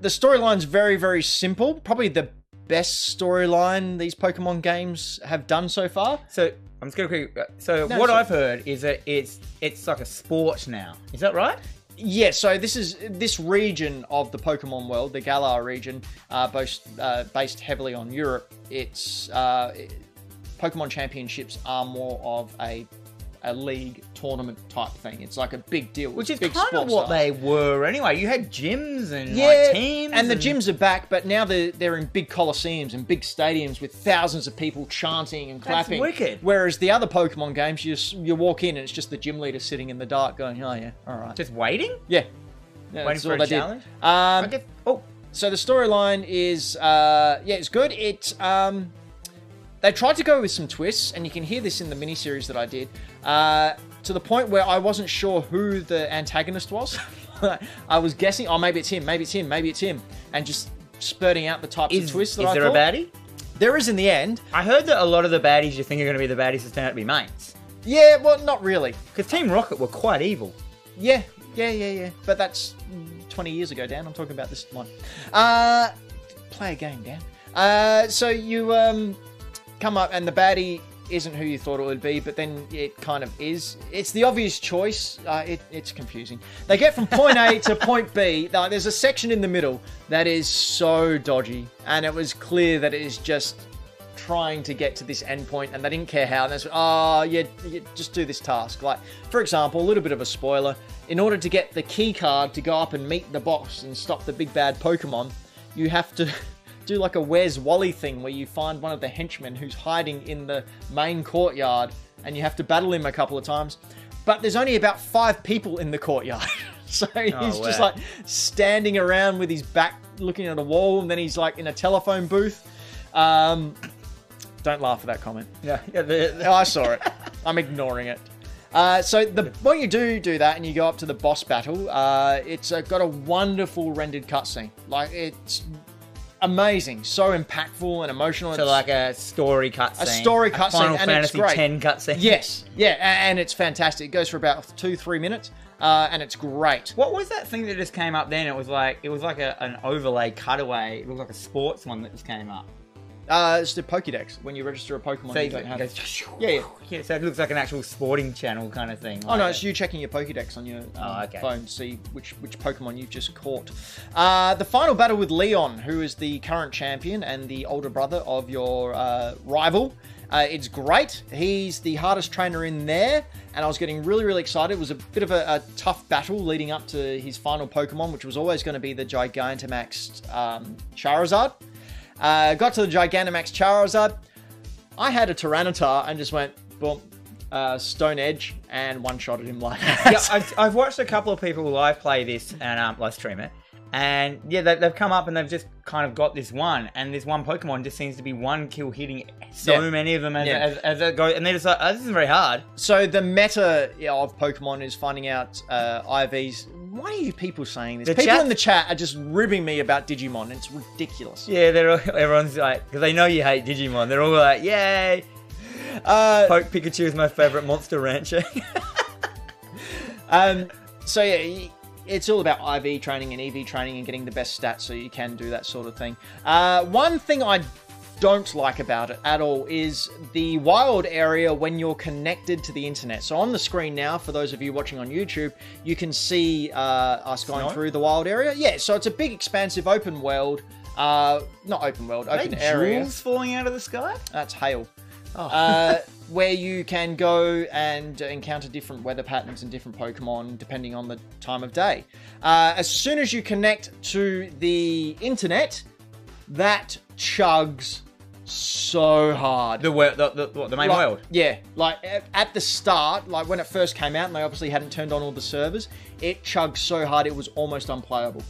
[SPEAKER 1] the storyline's very, very simple. Probably the best storyline these Pokemon games have done so far.
[SPEAKER 2] So I'm just gonna quick. uh, So
[SPEAKER 1] No,
[SPEAKER 2] what
[SPEAKER 1] so-
[SPEAKER 2] I've heard is that it's it's like a sport now. Is that right?
[SPEAKER 1] Yeah, so this is this region of the Pokemon world, the Galar region, uh, based uh, based heavily on Europe. It's uh, it- Pokemon Championships are more of a a league tournament type thing. It's like a big deal,
[SPEAKER 2] Which is
[SPEAKER 1] big
[SPEAKER 2] kind of
[SPEAKER 1] sports
[SPEAKER 2] what
[SPEAKER 1] style.
[SPEAKER 2] they were anyway. You had gyms and
[SPEAKER 1] yeah,
[SPEAKER 2] like teams,
[SPEAKER 1] and the gyms are back, but now they're, they're in big coliseums and big stadiums with thousands of people chanting and
[SPEAKER 2] That's
[SPEAKER 1] clapping.
[SPEAKER 2] wicked.
[SPEAKER 1] Whereas the other Pokemon games, you s- you walk in and it's just the gym leader sitting in the dark going, "Oh yeah, all right,
[SPEAKER 2] just waiting.
[SPEAKER 1] yeah." Yeah,
[SPEAKER 2] Waiting
[SPEAKER 1] that's
[SPEAKER 2] for
[SPEAKER 1] all
[SPEAKER 2] a
[SPEAKER 1] they did.
[SPEAKER 2] challenge?
[SPEAKER 1] Um,
[SPEAKER 2] I guess. Oh,
[SPEAKER 1] so the storyline is uh, yeah it's good it um, they tried to go with some twists and you can hear this in the miniseries that i did uh, to the point where i wasn't sure who the antagonist was i was guessing oh maybe it's him maybe it's him maybe it's him and just spurting out the types
[SPEAKER 2] is,
[SPEAKER 1] of twists that
[SPEAKER 2] is
[SPEAKER 1] I
[SPEAKER 2] there
[SPEAKER 1] thought.
[SPEAKER 2] a baddie?
[SPEAKER 1] there is in the end
[SPEAKER 2] I heard that a lot of the baddies you think are going to be the baddies just turn out to be mates.
[SPEAKER 1] yeah well not really
[SPEAKER 2] Because Team Rocket were quite evil.
[SPEAKER 1] Yeah, yeah, yeah, yeah. But that's mm, 20 years ago, Dan. I'm talking about this one. Uh, play a game, Dan. Uh, so you um, come up, and the baddie isn't who you thought it would be, but then it kind of is. It's the obvious choice. Uh, it, it's confusing. They get from point A to point B. Now, there's a section in the middle that is so dodgy, and it was clear that it is just trying to get to this end point and they didn't care how and that's oh yeah, yeah just do this task like for example a little bit of a spoiler in order to get the key card to go up and meet the boss and stop the big bad pokemon you have to do like a where's wally thing where you find one of the henchmen who's hiding in the main courtyard and you have to battle him a couple of times but there's only about five people in the courtyard so he's just
[SPEAKER 2] wow.
[SPEAKER 1] like standing around with his back looking at a wall and then he's like in a telephone booth um, don't laugh at that comment.
[SPEAKER 2] Yeah, yeah the,
[SPEAKER 1] I saw it. I'm ignoring it. Uh, so the when you do do that and you go up to the boss battle, uh, it's uh, got a wonderful rendered cutscene. Like it's amazing, so impactful and emotional.
[SPEAKER 2] So
[SPEAKER 1] It's-
[SPEAKER 2] like a story cutscene,
[SPEAKER 1] story
[SPEAKER 2] a
[SPEAKER 1] cutscene,
[SPEAKER 2] Final
[SPEAKER 1] and it's
[SPEAKER 2] Fantasy
[SPEAKER 1] great.
[SPEAKER 2] Ten cutscene.
[SPEAKER 1] yes, yeah, a- and it's fantastic. It goes for about two three minutes, uh, and it's great.
[SPEAKER 2] What was that thing that just came up then? It was like it was like a, an overlay cutaway. It looked like a sports one that just came up.
[SPEAKER 1] Uh, it's the Pokédex when you register a Pokemon.
[SPEAKER 2] So
[SPEAKER 1] you
[SPEAKER 2] it
[SPEAKER 1] don't
[SPEAKER 2] goes,
[SPEAKER 1] have.
[SPEAKER 2] yeah, yeah, yeah. So it looks like an actual sporting channel kind of thing.
[SPEAKER 1] Oh no,
[SPEAKER 2] like
[SPEAKER 1] it's you checking your Pokédex on your um,
[SPEAKER 2] Oh, okay.
[SPEAKER 1] phone to see which which Pokemon you've just caught. Uh, the final battle with Leon, who is the current champion and the older brother of your uh, rival. Uh, it's great. He's the hardest trainer in there, and I was getting really, really excited. It was a bit of a, a tough battle leading up to his final Pokemon, which was always going to be the Gigantamax um, Charizard. Uh, got to the Gigantamax Charizard. I had a Tyranitar and just went boom, uh, Stone Edge, and one shotted him like that.
[SPEAKER 2] yeah, I've, I've watched a couple of people live play this and um, live stream it, and yeah, they, they've come up and they've just kind of got this one, and this one Pokemon just seems to be one kill hitting so
[SPEAKER 1] Yeah.
[SPEAKER 2] many of them as,
[SPEAKER 1] Yeah.
[SPEAKER 2] as, as they go, and they're just like, oh, this is very hard.
[SPEAKER 1] So the meta yeah, of Pokemon is finding out uh, IVs. Why are you people saying this?
[SPEAKER 2] The
[SPEAKER 1] people
[SPEAKER 2] chat-
[SPEAKER 1] in the chat are just ribbing me about Digimon. and It's ridiculous.
[SPEAKER 2] Yeah, they're all, everyone's like, because they know you hate Digimon, they're all like, yay,
[SPEAKER 1] Uh,
[SPEAKER 2] Poke Pikachu is my favorite monster rancher.
[SPEAKER 1] Um, so yeah, y- it's all about IV training and EV training and getting the best stats so you can do that sort of thing. Uh, one thing I don't like about it at all is the wild area when you're connected to the internet. So on the screen now, for those of you watching on YouTube, you can see uh, us going
[SPEAKER 2] Snow?
[SPEAKER 1] through the wild area. Yeah, so it's a big, expansive open world. Uh, not open world, open area.
[SPEAKER 2] Jewels falling out of the sky?
[SPEAKER 1] That's hail.
[SPEAKER 2] Oh.
[SPEAKER 1] Uh, where you can go and encounter different weather patterns and different Pokemon depending on the time of day. Uh, as soon as you connect to the internet, that chugs so hard.
[SPEAKER 2] The, wor- the, the, what, the main
[SPEAKER 1] Like-
[SPEAKER 2] world.
[SPEAKER 1] Yeah, like at, at the start, like when it first came out, and they obviously hadn't turned on all the servers, it chugged so hard it was almost unplayable.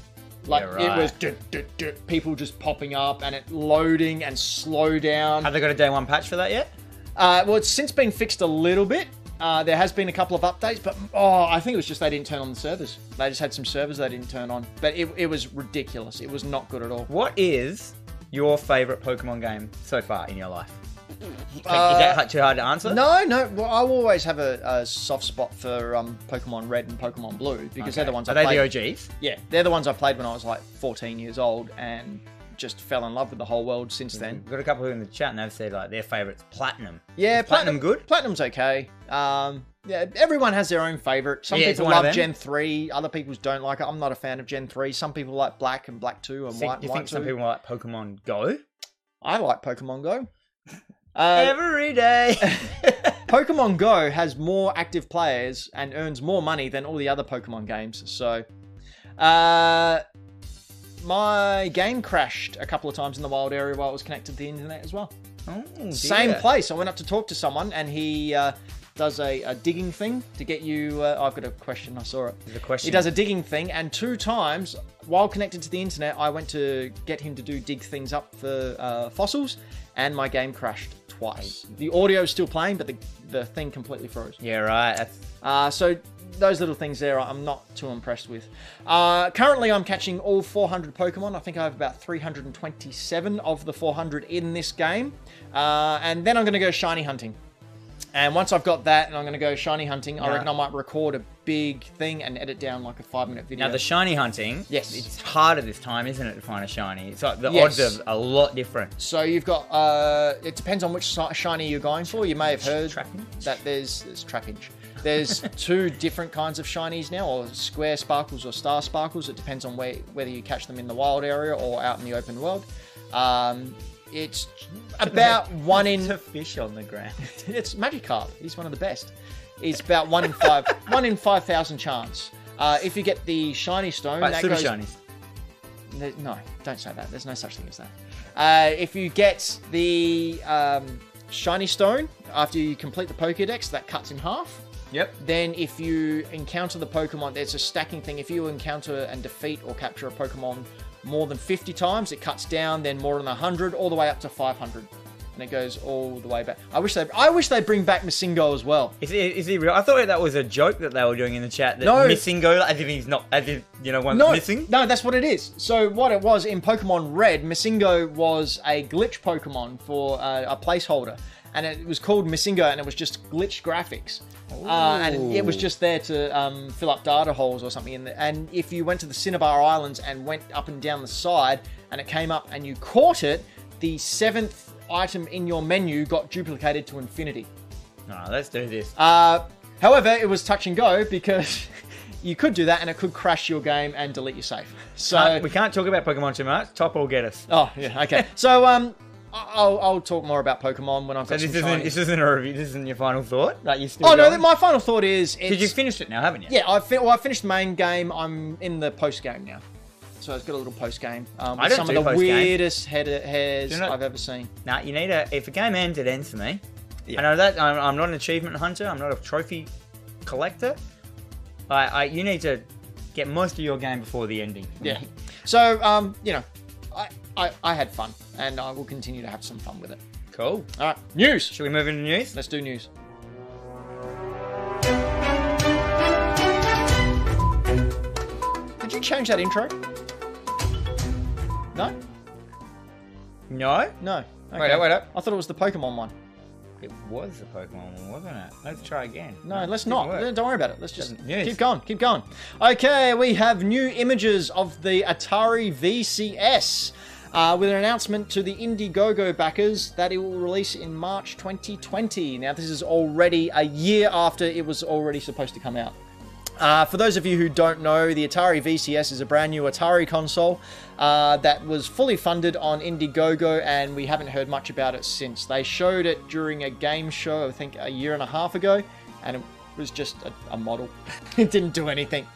[SPEAKER 1] Like
[SPEAKER 2] Yeah, right.
[SPEAKER 1] it was duh, duh, duh, people just popping up and it loading and slow down.
[SPEAKER 2] Have they got a day one patch for that yet?
[SPEAKER 1] Uh, well, it's since been fixed a little bit. Uh, there has been a couple of updates, but oh, I think it was just they didn't turn on the servers. They just had some servers they didn't turn on. But it, it was ridiculous. It was not good at all.
[SPEAKER 2] What is your favorite Pokemon game so far in your life? Is
[SPEAKER 1] Uh,
[SPEAKER 2] that hard- too hard to answer?
[SPEAKER 1] No, no. Well, I will always have a, a soft spot for um, Pokemon Red and Pokemon Blue because they're the ones
[SPEAKER 2] Are
[SPEAKER 1] I
[SPEAKER 2] they
[SPEAKER 1] played.
[SPEAKER 2] the OGs?
[SPEAKER 1] yeah, they're the ones I played when I was like 14 years old and just fell in love with the whole world since then.
[SPEAKER 2] We've got a couple in the chat and they've said like their favourites platinum.
[SPEAKER 1] Yeah,
[SPEAKER 2] Is platinum, good.
[SPEAKER 1] Platinum's okay. Um, yeah, everyone has their own favorite. Some
[SPEAKER 2] Yeah, it's
[SPEAKER 1] people
[SPEAKER 2] one
[SPEAKER 1] love
[SPEAKER 2] of them.
[SPEAKER 1] Gen three, other people's don't like it. I'm not a fan of Gen three. Some people like Black and Black two and
[SPEAKER 2] Think-
[SPEAKER 1] White.
[SPEAKER 2] you
[SPEAKER 1] and White
[SPEAKER 2] think some
[SPEAKER 1] 2.
[SPEAKER 2] people like Pokemon Go?
[SPEAKER 1] I like Pokemon Go. Uh,
[SPEAKER 2] Every day.
[SPEAKER 1] Pokemon Go has more active players and earns more money than all the other Pokemon games. So, uh, my game crashed a couple of times in the wild area while it was connected to the internet as well.
[SPEAKER 2] Oh, dear.
[SPEAKER 1] Same place. I went up to talk to someone, and he uh, does a, a digging thing to get you. Uh, I've got a question. I saw it.
[SPEAKER 2] There's a question.
[SPEAKER 1] He does a digging thing, and two times while connected to the internet, I went to get him to do dig things up for uh, fossils, and my game crashed twice. The audio is still playing, but the the thing completely froze.
[SPEAKER 2] Yeah, right. That's
[SPEAKER 1] Uh, so those little things there, I'm not too impressed with. Uh, currently, I'm catching all 400 Pokemon. I think I have about 327 of the 400 in this game, uh, and then I'm going to go shiny hunting. And once I've got that, and I'm going to go shiny hunting, I
[SPEAKER 2] Yeah.
[SPEAKER 1] reckon I might record a big thing and edit down like a five minute video.
[SPEAKER 2] now the shiny hunting.
[SPEAKER 1] Yes.
[SPEAKER 2] It's harder this time, isn't it, to find a shiny? It's like the
[SPEAKER 1] Yes.
[SPEAKER 2] odds are a lot different.
[SPEAKER 1] so you've got. Uh, it depends on which si- shiny you're going for. You may have heard
[SPEAKER 2] Trappage?
[SPEAKER 1] that there's there's trappage. There's two different kinds of shinies now, or square sparkles or star sparkles. It depends on where whether you catch them in the wild area or out in the open world. Um, it's about one
[SPEAKER 2] It's
[SPEAKER 1] in.
[SPEAKER 2] a fish on the ground.
[SPEAKER 1] It's Magikarp. He's one of the best. It's about one in five. one in five thousand chance. Uh, if you get the shiny stone,
[SPEAKER 2] Right,
[SPEAKER 1] that
[SPEAKER 2] super
[SPEAKER 1] goes
[SPEAKER 2] shinies.
[SPEAKER 1] Th- No, don't say that. There's no such thing as that. Uh, if you get the um, shiny stone after you complete the Pokédex, that cuts in half.
[SPEAKER 2] Yep.
[SPEAKER 1] Then, if you encounter the Pokemon, there's a stacking thing. If you encounter and defeat or capture a Pokemon more than 50 times, it cuts down, then more than 100, all the way up to 500. And and it goes all the way back. I wish they, I wish they bring back Masingo as well.
[SPEAKER 2] Is he, is he real? I thought that was a joke that they were doing in the chat. That
[SPEAKER 1] No.
[SPEAKER 2] missing go as if he's not, as if you know, one's
[SPEAKER 1] No,
[SPEAKER 2] missing.
[SPEAKER 1] no, that's what it is. So what it was in Pokemon Red, Masingo was a glitch Pokemon for uh, a placeholder, and it was called Masingo, and it was just glitch graphics, uh, and it was just there to um, fill up data holes or something. In the, and if you went to the Cinnabar Islands and went up and down the side, and it came up and you caught it, the seventh item in your menu got duplicated to infinity.
[SPEAKER 2] No, let's do this.
[SPEAKER 1] Uh, however, it was touch and go because you could do that and it could crash your game and delete your save. So
[SPEAKER 2] Uh, we can't talk about Pokemon too much. Top will get us.
[SPEAKER 1] oh yeah, okay. so um, I- I'll, I'll talk more about Pokemon when I've
[SPEAKER 2] So
[SPEAKER 1] got
[SPEAKER 2] this
[SPEAKER 1] some
[SPEAKER 2] isn't
[SPEAKER 1] time.
[SPEAKER 2] this isn't a review. This isn't your final thought. Like you still.
[SPEAKER 1] Oh no,
[SPEAKER 2] going?
[SPEAKER 1] th- my final thought is it's,
[SPEAKER 2] Did you finish it now? Haven't you?
[SPEAKER 1] yeah, I fin- well, I finished the main game. I'm in the post game now. So it's got a little post game. Um,
[SPEAKER 2] I
[SPEAKER 1] with
[SPEAKER 2] don't
[SPEAKER 1] some
[SPEAKER 2] do
[SPEAKER 1] of the
[SPEAKER 2] post-game.
[SPEAKER 1] weirdest head- hairs
[SPEAKER 2] Do you know-
[SPEAKER 1] I've ever seen.
[SPEAKER 2] Nah, you need a. If a game ends, it ends for me.
[SPEAKER 1] Yeah.
[SPEAKER 2] I know that I'm, I'm not an achievement hunter. I'm not a trophy collector. I, I you need to get most of your game before the ending.
[SPEAKER 1] Yeah. So um, you know, I, I I had fun and I will continue to have some fun with it.
[SPEAKER 2] Cool.
[SPEAKER 1] All right, news.
[SPEAKER 2] Should we move into news?
[SPEAKER 1] Let's do news. Did you change that intro? No?
[SPEAKER 2] No.
[SPEAKER 1] No.
[SPEAKER 2] Wait up. Wait up.
[SPEAKER 1] I thought it was the Pokemon one.
[SPEAKER 2] It was the Pokemon one, wasn't it? Let's try again.
[SPEAKER 1] No, let's
[SPEAKER 2] didn't
[SPEAKER 1] not.
[SPEAKER 2] work.
[SPEAKER 1] Don't worry about it. Let's just
[SPEAKER 2] Doesn't- yes.
[SPEAKER 1] keep going. Keep going. Okay, we have new images of the Atari VCS uh, with an announcement to the Indiegogo backers that it will release in March 2020. Now, this is already a year after it was already supposed to come out. Uh, for those of you who don't know, the Atari VCS is a brand new Atari console uh, that was fully funded on Indiegogo, and we haven't heard much about it since. They showed it during a game show, I think, a year and a half ago, and it was just a, a model. it didn't do anything.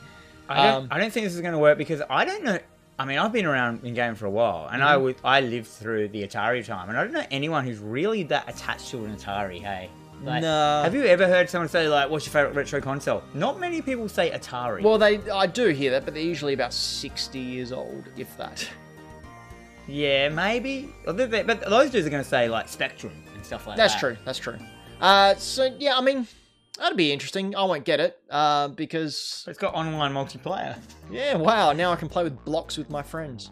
[SPEAKER 2] I don't,
[SPEAKER 1] Um,
[SPEAKER 2] I don't think this is going to work because I don't know. I mean, I've been around in game for a while, and
[SPEAKER 1] Mm-hmm.
[SPEAKER 2] I was I lived through the Atari time, and I don't know anyone who's really that attached to an Atari. Hey, Like,
[SPEAKER 1] No.
[SPEAKER 2] Have you ever heard someone say like, "What's your favorite retro console?" Not many people say Atari.
[SPEAKER 1] Well, they I do hear that, but they're usually about 60 years old, if that.
[SPEAKER 2] yeah, maybe. Well, they- they- But those dudes are going to say like Spectrum and stuff like
[SPEAKER 1] That's
[SPEAKER 2] that.
[SPEAKER 1] true. That's true. Uh, so, yeah, I mean, that'd be interesting. I won't get it uh, because,
[SPEAKER 2] But it's got online multiplayer.
[SPEAKER 1] yeah, wow, now I can play with blocks with my friends.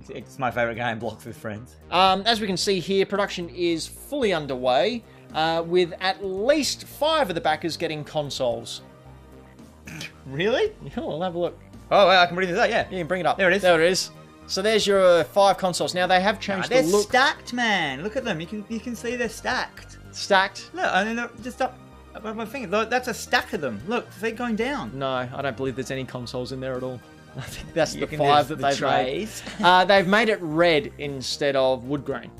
[SPEAKER 2] It's, it's my favorite game, Blocks with Friends.
[SPEAKER 1] Um, as we can see here, production is fully underway, uh, with at least five of the backers getting consoles.
[SPEAKER 2] Really?
[SPEAKER 1] Yeah, we'll have a look.
[SPEAKER 2] Oh, well, I can read this out. Yeah.
[SPEAKER 1] You can bring it up.
[SPEAKER 2] There it is.
[SPEAKER 1] There it is. So there's your five consoles. Now they have
[SPEAKER 2] Ah,
[SPEAKER 1] changed
[SPEAKER 2] they're
[SPEAKER 1] the look.
[SPEAKER 2] stacked, man. Look at them. You can you can see they're stacked.
[SPEAKER 1] stacked.
[SPEAKER 2] Look, I mean, they're just up above my finger. Look, that's a stack of them. Look, they're going down.
[SPEAKER 1] No, I don't believe there's any consoles in there at all. I think that's
[SPEAKER 2] You
[SPEAKER 1] the
[SPEAKER 2] can
[SPEAKER 1] five
[SPEAKER 2] do
[SPEAKER 1] that
[SPEAKER 2] the
[SPEAKER 1] they've
[SPEAKER 2] trays.
[SPEAKER 1] made. Uh, they've made it red instead of wood grain.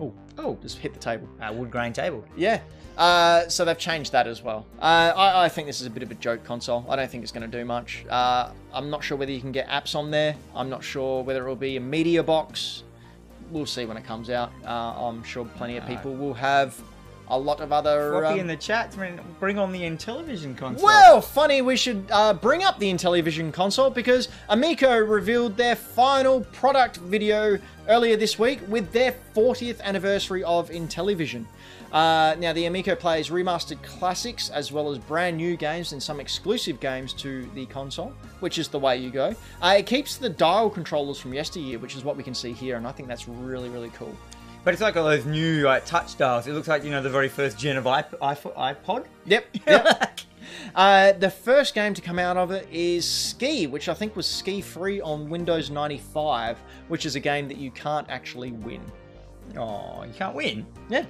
[SPEAKER 1] Oh,
[SPEAKER 2] Oh,
[SPEAKER 1] just hit the table.
[SPEAKER 2] a wood grain table.
[SPEAKER 1] Yeah. Uh, so they've changed that as well. Uh, I, I think this is a bit of a joke console. I don't think it's going to do much. Uh, I'm not sure whether you can get apps on there. I'm not sure whether it will be a media box. We'll see when it comes out. Uh, I'm sure plenty of people will have a lot of other.
[SPEAKER 2] Floppy
[SPEAKER 1] Um,
[SPEAKER 2] in the chat. I mean, Bring on the Intellivision console.
[SPEAKER 1] well, funny we should uh, bring up the Intellivision console because Amico revealed their final product video earlier this week with their 40th anniversary of Intellivision. Uh, now, the Amico plays remastered classics as well as brand new games and some exclusive games to the console, which is the way you go. Uh, it keeps the dial controllers from yesteryear, which is what we can see here, and I think that's really, really cool.
[SPEAKER 2] But it's like all those new like, touch dials. It looks like you know the very first gen of iP- iP- iPod.
[SPEAKER 1] Yep. yep. uh, the first game to come out of it is Ski, which I think was Ski Free on Windows 95, which is a game that you can't actually win.
[SPEAKER 2] Oh, you can't win.
[SPEAKER 1] Yeah.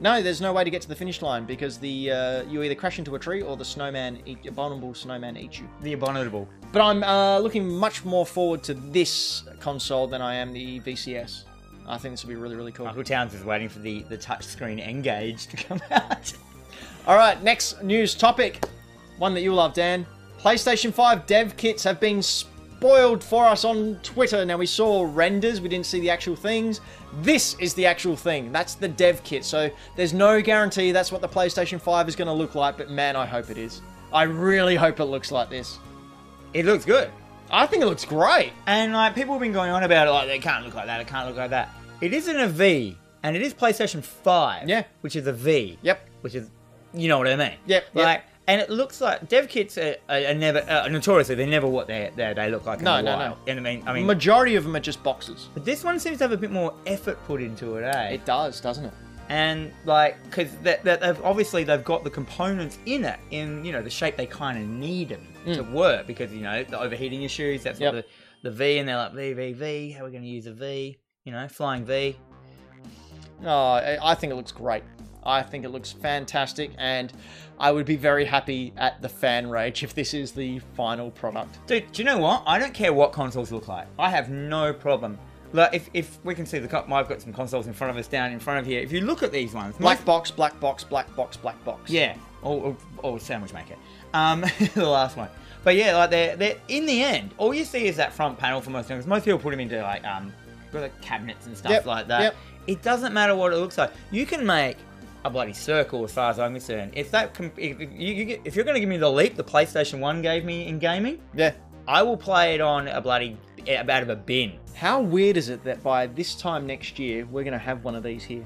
[SPEAKER 1] No, there's no way to get to the finish line because the uh, you either crash into a tree or the snowman, eat, abominable snowman, eats you.
[SPEAKER 2] The abominable.
[SPEAKER 1] But I'm uh, looking much more forward to this console than I am the VCS. I think this will be really, really cool.
[SPEAKER 2] Michael Towns is waiting for the the touchscreen Engage to come out.
[SPEAKER 1] All right, next news topic. One that you love, Dan. PlayStation 5 dev kits have been spoiled for us on Twitter. Now, we saw renders, we didn't see the actual things. This is the actual thing. That's the dev kit. So, there's no guarantee that's what the PlayStation 5 is going to look like, but man, I hope it is. I really hope it looks like this.
[SPEAKER 2] It looks good.
[SPEAKER 1] I think it looks great.
[SPEAKER 2] And like people have been going on about it, like they can't look like that, it can't look like that. It isn't a V. and it is PlayStation 5.
[SPEAKER 1] Yeah.
[SPEAKER 2] Which is a V.
[SPEAKER 1] Yep.
[SPEAKER 2] Which is, you know what I mean.
[SPEAKER 1] Yep, yep.
[SPEAKER 2] Like, and it looks like dev kits are, are, are never uh, notoriously they're never what they they, they look like.
[SPEAKER 1] No,
[SPEAKER 2] in the
[SPEAKER 1] no,
[SPEAKER 2] wild.
[SPEAKER 1] no.
[SPEAKER 2] And I mean, I mean,
[SPEAKER 1] Majority of them are just boxes.
[SPEAKER 2] but this one seems to have a bit more effort put into it, eh?
[SPEAKER 1] It does, doesn't it?
[SPEAKER 2] and like, because that that they've obviously they've got the components in it in you know the shape they kind of need them to work because you know the overheating issues. That's what
[SPEAKER 1] Yep.
[SPEAKER 2] the the V, and they're like V V V. How are we going to use a V? You know, flying V.
[SPEAKER 1] Oh, I I think it looks great. I think it looks fantastic, and I would be very happy at the fan rage if this is the final product.
[SPEAKER 2] Dude, do you know what? I don't care what consoles look like. I have no problem. Like, if, if we can see the cup, I've got some consoles in front of us down in front of here. If you look at these ones,
[SPEAKER 1] Black
[SPEAKER 2] most-
[SPEAKER 1] box, black box, black box, black box.
[SPEAKER 2] yeah, or, or, or sandwich maker, um, the last one. But yeah, like they're, they're in the end, all you see is that front panel for most things. Most people put them into like um, got like cabinets and stuff
[SPEAKER 1] Yep,
[SPEAKER 2] like that.
[SPEAKER 1] yep.
[SPEAKER 2] It doesn't matter what it looks like. You can make a bloody circle, as far as I'm concerned. If that, com- if, if you, you get, if you're going to give me the leap the PlayStation One gave me in gaming,
[SPEAKER 1] Yeah.
[SPEAKER 2] I will play it on a bloody out of a bin.
[SPEAKER 1] How weird is it that by this time next year we're gonna have one of these here?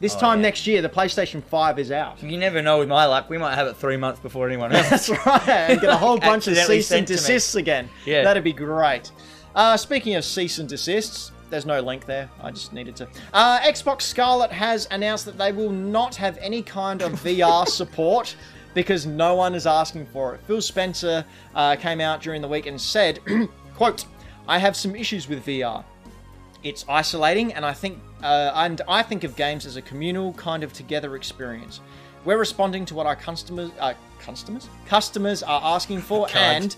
[SPEAKER 1] This
[SPEAKER 2] Oh,
[SPEAKER 1] time
[SPEAKER 2] yeah.
[SPEAKER 1] next year, the PlayStation Five is out.
[SPEAKER 2] You never know with my luck. We might have it three months before anyone else.
[SPEAKER 1] That's right. And get a whole bunch of
[SPEAKER 2] Accidentally
[SPEAKER 1] cease and
[SPEAKER 2] sent to me.
[SPEAKER 1] desists again.
[SPEAKER 2] Yeah.
[SPEAKER 1] That'd be great. Uh, speaking of cease and desists, there's no link there. I just needed to. Uh, Xbox Scarlet has announced that they will not have any kind of VR support because no one is asking for it. Phil Spencer uh, came out during the week and said, "Quote: I have some issues with VR it's isolating and i think uh, and i think of games as a communal kind of together experience we're responding to what our customers uh, customers customers are asking for and
[SPEAKER 2] Can't.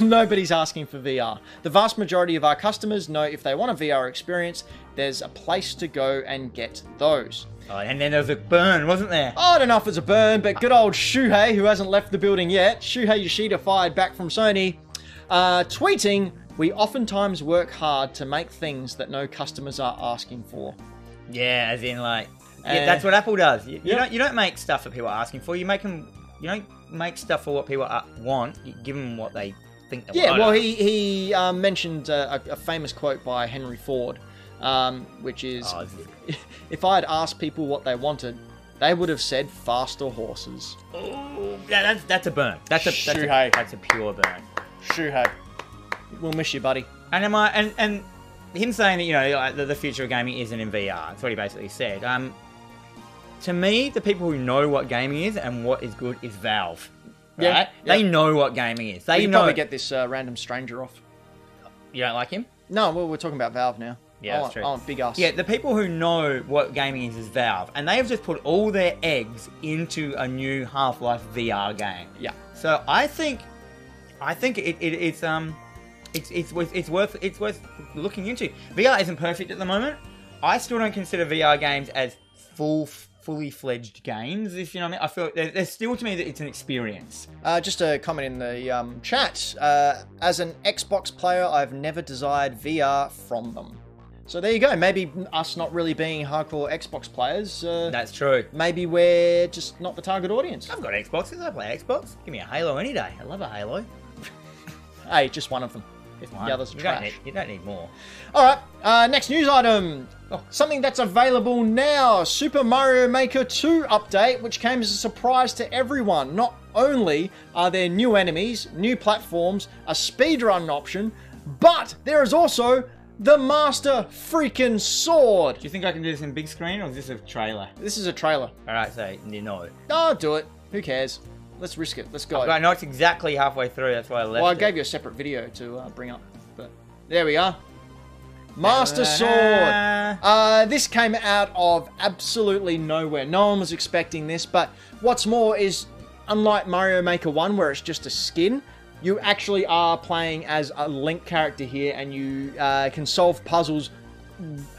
[SPEAKER 1] nobody's asking for vr the vast majority of our customers know if they want a vr experience there's a place to go and get those Oh,
[SPEAKER 2] Oh, and then there was a burn, wasn't there?
[SPEAKER 1] I don't know if it's a burn, but good old Shuhei, who hasn't left the building yet, Shuhei Yoshida fired back from Sony, uh, tweeting, We oftentimes work hard to make things that no customers are asking for.
[SPEAKER 2] Yeah, as in like,
[SPEAKER 1] Uh,
[SPEAKER 2] yeah, that's what Apple does. You, you
[SPEAKER 1] yeah.
[SPEAKER 2] don't you don't make stuff that people are asking for. You make them. You don't make stuff for what people are, want. You give them what they think they
[SPEAKER 1] Yeah,
[SPEAKER 2] want.
[SPEAKER 1] well, he, he uh, mentioned uh, a, a famous quote by Henry Ford, um, which is
[SPEAKER 2] Oh, this is-
[SPEAKER 1] If I had asked people what they wanted, they would have said faster horses.
[SPEAKER 2] Ooh, yeah, Oh, that's that's a burn. That's a that's, a
[SPEAKER 1] Shuhei.
[SPEAKER 2] that's a pure burn.
[SPEAKER 1] Shuhei, we'll miss you, buddy.
[SPEAKER 2] And am I and and him saying that you know like, that the future of gaming isn't in VR. That's what he basically said. Um, to me, the people who know what gaming is and what is good is Valve. Right?
[SPEAKER 1] Yeah, yeah.
[SPEAKER 2] They know what gaming is. They
[SPEAKER 1] You can
[SPEAKER 2] know.
[SPEAKER 1] probably get this uh, random stranger off.
[SPEAKER 2] You don't like him?
[SPEAKER 1] No, well, we're talking about Valve now. I
[SPEAKER 2] Yeah, that's
[SPEAKER 1] want,
[SPEAKER 2] true.
[SPEAKER 1] I want big ass.
[SPEAKER 2] Yeah, the people who know what gaming is is Valve, and they have just put all their eggs into a new Half-Life VR game.
[SPEAKER 1] Yeah.
[SPEAKER 2] So I think, I think it, it, it's um, it's it's worth it's worth it's worth looking into. VR isn't perfect at the moment. I still don't consider VR games as full fully fledged games. If you know what I mean, I feel they're, they're still to me that it's an experience.
[SPEAKER 1] Uh, just a comment in the um, chat. Uh, as an Xbox player, I've never desired VR from them. So there you go. Maybe us not really being hardcore Xbox players. Uh,
[SPEAKER 2] That's true.
[SPEAKER 1] Maybe we're just not the target audience.
[SPEAKER 2] I've got Xboxes. I play Xbox. Give me a Halo any day. I love a Halo.
[SPEAKER 1] Hey, just one of them.
[SPEAKER 2] Just one.
[SPEAKER 1] The others are
[SPEAKER 2] you don't
[SPEAKER 1] trash.
[SPEAKER 2] need- you don't need more.
[SPEAKER 1] All right. Uh, next news item. Oh, Something that's available now: Super Mario Maker 2 update, which came as a surprise to everyone. Not only are there new enemies, new platforms, a speedrun option, but there is also the Master Freaking
[SPEAKER 2] Do
[SPEAKER 1] Sword.
[SPEAKER 2] you think I can do this in big screen or is this a trailer?
[SPEAKER 1] This is a trailer. Ah,
[SPEAKER 2] Alright, so you know.
[SPEAKER 1] I'll do it. Who cares? Let's risk it. Let's go.
[SPEAKER 2] But I know it's exactly halfway through, that's why I left.
[SPEAKER 1] Well, I
[SPEAKER 2] it.
[SPEAKER 1] gave you a separate video to uh, bring up, but there we are. Master Sword.
[SPEAKER 2] Uh-huh.
[SPEAKER 1] Uh, this came out of absolutely nowhere. No one was expecting this, but what's more is, unlike Mario Maker 1, where it's just a skin, you actually are playing as a Link character here and you uh, can solve puzzles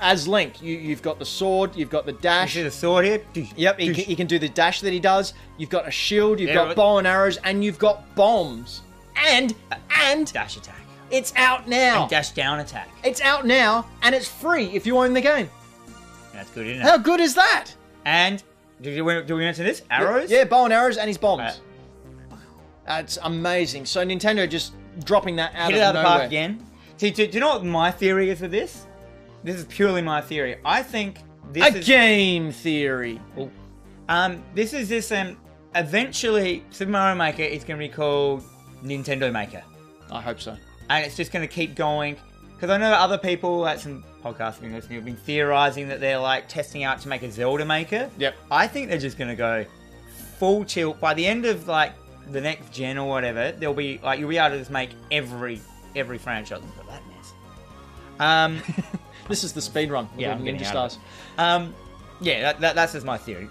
[SPEAKER 1] as Link. You, you've got the sword, you've got the
[SPEAKER 2] You
[SPEAKER 1] dash.
[SPEAKER 2] see the sword here?
[SPEAKER 1] Yep, he can, he can do the dash that he does. You've got a shield, you've
[SPEAKER 2] Yeah,
[SPEAKER 1] got
[SPEAKER 2] right.
[SPEAKER 1] bow and arrows, and you've got bombs. And, and,
[SPEAKER 2] Dash attack.
[SPEAKER 1] it's out now.
[SPEAKER 2] And dash down attack.
[SPEAKER 1] It's out now, and it's free if you own the game.
[SPEAKER 2] That's good, isn't it?
[SPEAKER 1] How good is that?
[SPEAKER 2] And do we, do we mention this? Arrows?
[SPEAKER 1] Yeah, bow and arrows, and his bombs.
[SPEAKER 2] Right.
[SPEAKER 1] That's amazing. So Nintendo just dropping that out of
[SPEAKER 2] Hit it out of the
[SPEAKER 1] nowhere.
[SPEAKER 2] park again. See, do, do you know what my theory is with this? This is purely my theory. I think this
[SPEAKER 1] a
[SPEAKER 2] is-
[SPEAKER 1] game theory.
[SPEAKER 2] Um, this is this. Um, eventually, Super Mario Maker is going to be called Nintendo Maker,
[SPEAKER 1] I hope so.
[SPEAKER 2] and it's just going to keep going. Because I know other people, like some podcasts I've been listening, have been theorizing that they're like testing out to make a Zelda Maker.
[SPEAKER 1] Yep.
[SPEAKER 2] I think they're just going to go full tilt by the end of like the next gen or whatever. There'll be like you'll be able to just make every every franchise. Look at that mess. Um.
[SPEAKER 1] This is the speed run.
[SPEAKER 2] Yeah,
[SPEAKER 1] Yeah,
[SPEAKER 2] I'm
[SPEAKER 1] Ninja
[SPEAKER 2] getting out of
[SPEAKER 1] Stars.
[SPEAKER 2] Um, yeah, that, that, that's just my theory.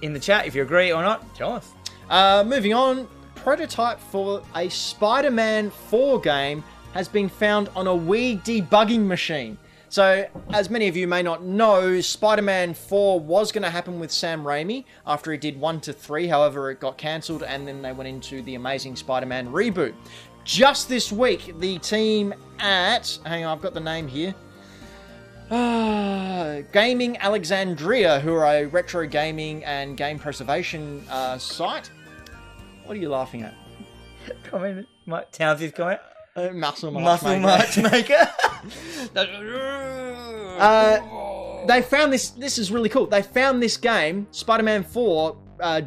[SPEAKER 2] In the chat, if you agree or not, tell us.
[SPEAKER 1] Uh, moving on, prototype for a Spider-Man 4 game has been found on a Wii debugging machine. So, as many of you may not know, Spider-Man 4 was going to happen with Sam Raimi after he did 1 to 3. However, it got cancelled and then they went into the Amazing Spider-Man reboot. Just this week, the team at hang on, I've got the name here. Ah, gaming Alexandria, who are a retro gaming and game preservation uh, site. What are you laughing at?
[SPEAKER 2] Comment, my Townsie's comment.
[SPEAKER 1] Uh, muscle march.
[SPEAKER 2] Muscle
[SPEAKER 1] mate.
[SPEAKER 2] March Maker.
[SPEAKER 1] Uh, they found this. This is really cool. They found this game, Spider-Man 4, uh,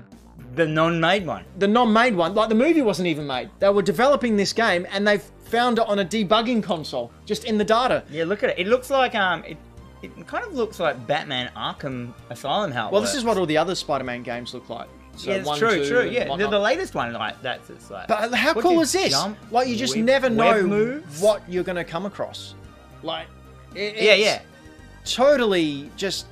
[SPEAKER 2] the non-made one.
[SPEAKER 1] the non-made one. Like the movie wasn't even made. They were developing this game, and they've found it on a debugging console, just in the data.
[SPEAKER 2] Yeah, look at it. It looks like um, it, it kind of looks like Batman Arkham Asylum. How? it
[SPEAKER 1] Well, this
[SPEAKER 2] works.
[SPEAKER 1] is what all the other Spider-Man games look like. So
[SPEAKER 2] yeah, it's
[SPEAKER 1] one,
[SPEAKER 2] true,
[SPEAKER 1] two,
[SPEAKER 2] true.
[SPEAKER 1] and
[SPEAKER 2] Yeah, the,
[SPEAKER 1] whatnot.
[SPEAKER 2] the latest one, like that's it's like.
[SPEAKER 1] But how
[SPEAKER 2] What
[SPEAKER 1] cool
[SPEAKER 2] did
[SPEAKER 1] is this?
[SPEAKER 2] jump,
[SPEAKER 1] like you just
[SPEAKER 2] web-
[SPEAKER 1] never
[SPEAKER 2] web
[SPEAKER 1] know
[SPEAKER 2] moves?
[SPEAKER 1] what you're going to come across. Like, it-
[SPEAKER 2] yeah,
[SPEAKER 1] it's
[SPEAKER 2] yeah.
[SPEAKER 1] totally just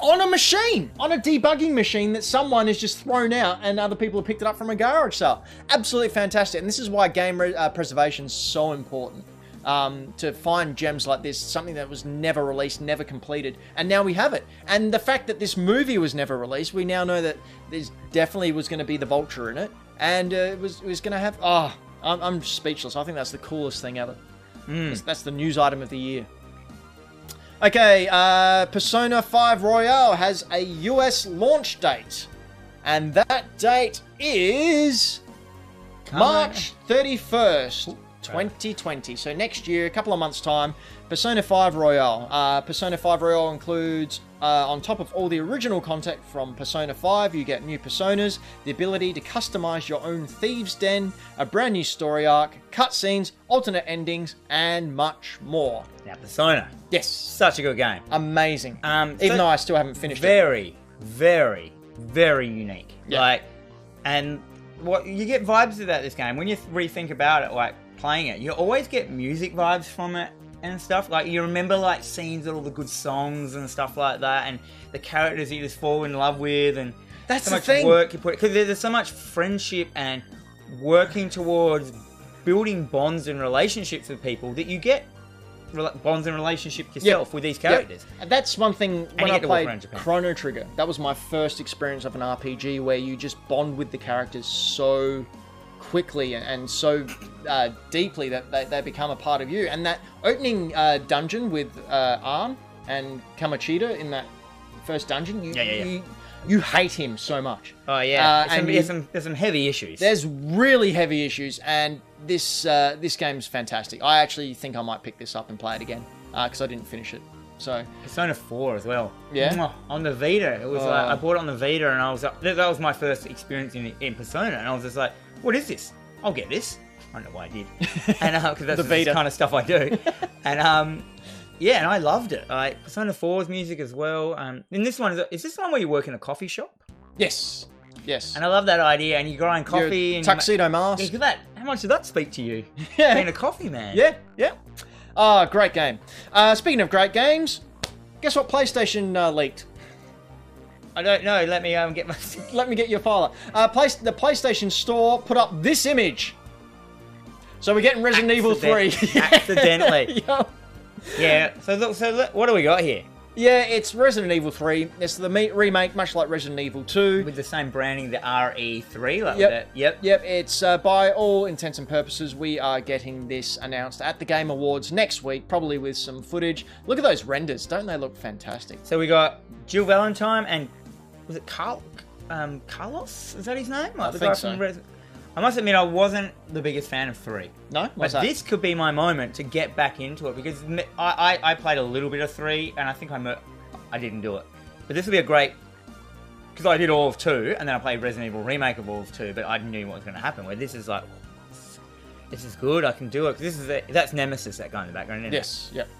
[SPEAKER 1] on a machine, on a debugging machine that someone has just thrown out, and other people have picked it up from a garage sale. Absolutely fantastic, and this is why game re- uh, preservation is so important. Um, to find gems like this, something that was never released, never completed, and now we have it. And the fact that this movie was never released, we now know that there's definitely was going to be the vulture in it, and uh, it was it was going to have. Ah, I'm, I'm speechless. I think that's the coolest thing ever. That's, that's the news item of the year. Okay, uh, Persona 5 Royale has a US launch date. And that date is
[SPEAKER 2] Come on.
[SPEAKER 1] March 31st, 2020. So next year, a couple of months' time, Persona 5 Royale. Uh, Persona 5 Royale includes, uh, on top of all the original content from Persona 5, you get new personas, the ability to customize your own thieves' den, a brand new story arc, cutscenes, alternate endings, and much more.
[SPEAKER 2] Now Persona,
[SPEAKER 1] Yes
[SPEAKER 2] such a good game.
[SPEAKER 1] amazing.
[SPEAKER 2] Um,
[SPEAKER 1] Even
[SPEAKER 2] so-
[SPEAKER 1] though I still haven't finished it.
[SPEAKER 2] very, very, very unique.
[SPEAKER 1] Yeah.
[SPEAKER 2] Like, and what you get vibes about this game when you rethink about it, like playing it, you always get music vibes from it and stuff. Like you remember like scenes of all the good songs and stuff like that, and the characters you just fall in love with, and
[SPEAKER 1] That's
[SPEAKER 2] so
[SPEAKER 1] the
[SPEAKER 2] much
[SPEAKER 1] thing.
[SPEAKER 2] work you put because there's so much friendship and working towards building bonds and relationships with people that you get. rela- Bonds and relationship yourself with these characters.
[SPEAKER 1] Yep. And That's one thing when
[SPEAKER 2] you
[SPEAKER 1] I
[SPEAKER 2] get to walk
[SPEAKER 1] played
[SPEAKER 2] around Japan.
[SPEAKER 1] Chrono Trigger. That was my first experience of an RPG where you just bond with the characters so quickly and- and so uh, deeply that they, they become a part of you. And that opening uh, dungeon with uh, Arm and Kamachita in that first dungeon, you,
[SPEAKER 2] Yeah, yeah, yeah.
[SPEAKER 1] you you hate him so much.
[SPEAKER 2] Oh yeah,
[SPEAKER 1] Uh,
[SPEAKER 2] there's, some,
[SPEAKER 1] and you-
[SPEAKER 2] there's, some, there's some heavy issues.
[SPEAKER 1] There's really heavy issues, and this uh, this game's fantastic. I actually think I might pick this up and play it again because I didn't finish it. So
[SPEAKER 2] Persona 4 as well.
[SPEAKER 1] Yeah?
[SPEAKER 2] Mwah. On the Vita, it was like
[SPEAKER 1] Oh.
[SPEAKER 2] I bought it on the Vita, and I was like, that that was my first experience in, in Persona, and I was just like, what is this? I'll get this. I don't know why I did, and because that's
[SPEAKER 1] The
[SPEAKER 2] the,
[SPEAKER 1] Vita.
[SPEAKER 2] kind of stuff I do, and um, yeah, and I loved it. Like Persona 4's music as well. Um, and this one is, is this one where you work in a coffee shop,
[SPEAKER 1] yes, yes,
[SPEAKER 2] and I love that idea. And you grind
[SPEAKER 1] Your
[SPEAKER 2] coffee and
[SPEAKER 1] tuxedo
[SPEAKER 2] You make,
[SPEAKER 1] mask.
[SPEAKER 2] look at that. How much did that speak to you?
[SPEAKER 1] Yeah.
[SPEAKER 2] Being a coffee man.
[SPEAKER 1] Yeah, yeah. Ah, great game. Uh, speaking of great games, guess what? PlayStation uh, leaked.
[SPEAKER 2] I don't know. Let me um get my.
[SPEAKER 1] Let me get your file. up. Uh, place the PlayStation Store put up this image. So we're getting Resident Evil Three.
[SPEAKER 2] Accident- accidentally.
[SPEAKER 1] Yup.
[SPEAKER 2] yeah. So look. So look, what do we got here?
[SPEAKER 1] Yeah, it's Resident Evil 3. It's the me- remake, much like Resident Evil 2.
[SPEAKER 2] with the same branding, the RE3. Like
[SPEAKER 1] Yep.
[SPEAKER 2] That, yep.
[SPEAKER 1] Yep, it's uh, by all intents and purposes, we are getting this announced at the Game Awards next week, probably with some footage. Look at those renders, don't they look fantastic?
[SPEAKER 2] So we got Jill Valentine and was it Carl? Um, Carlos? Is that his name? Like, the
[SPEAKER 1] think
[SPEAKER 2] guy
[SPEAKER 1] so.
[SPEAKER 2] from Res- I must admit, I wasn't the biggest fan of three.
[SPEAKER 1] No?
[SPEAKER 2] But
[SPEAKER 1] What's that?
[SPEAKER 2] this could be my moment to get back into it because m- I, I- I played a little bit of three, and I think I, mer- I didn't do it. But this would be a great because I did all of two, and then I played Resident Evil remake of all of two. But I knew what was going to happen. Where this is like, this is good. I can do it. 'Cause This is a, that's Nemesis that guy in the background. Isn't
[SPEAKER 1] Yes. Yep.
[SPEAKER 2] it?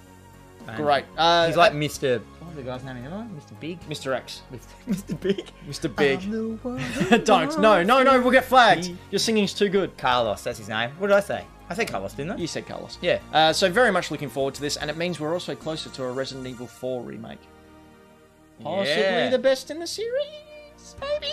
[SPEAKER 2] And
[SPEAKER 1] Great. Uh,
[SPEAKER 2] He's like Mr. What was the guy's name? in the other one? Mr. Big.
[SPEAKER 1] Mr. X.
[SPEAKER 2] Mr. Big.
[SPEAKER 1] Mr. Big.
[SPEAKER 2] I'm the one
[SPEAKER 1] Don't. No, no, no. We'll get flagged. Your singing's too good.
[SPEAKER 2] Carlos, that's his name. What did I say? I said Carlos, didn't I?
[SPEAKER 1] You said Carlos.
[SPEAKER 2] Yeah.
[SPEAKER 1] Uh, so very much looking forward to this, and it means we're also closer to a Resident Evil 4 remake. Possibly
[SPEAKER 2] Yeah.
[SPEAKER 1] the best in the series, maybe.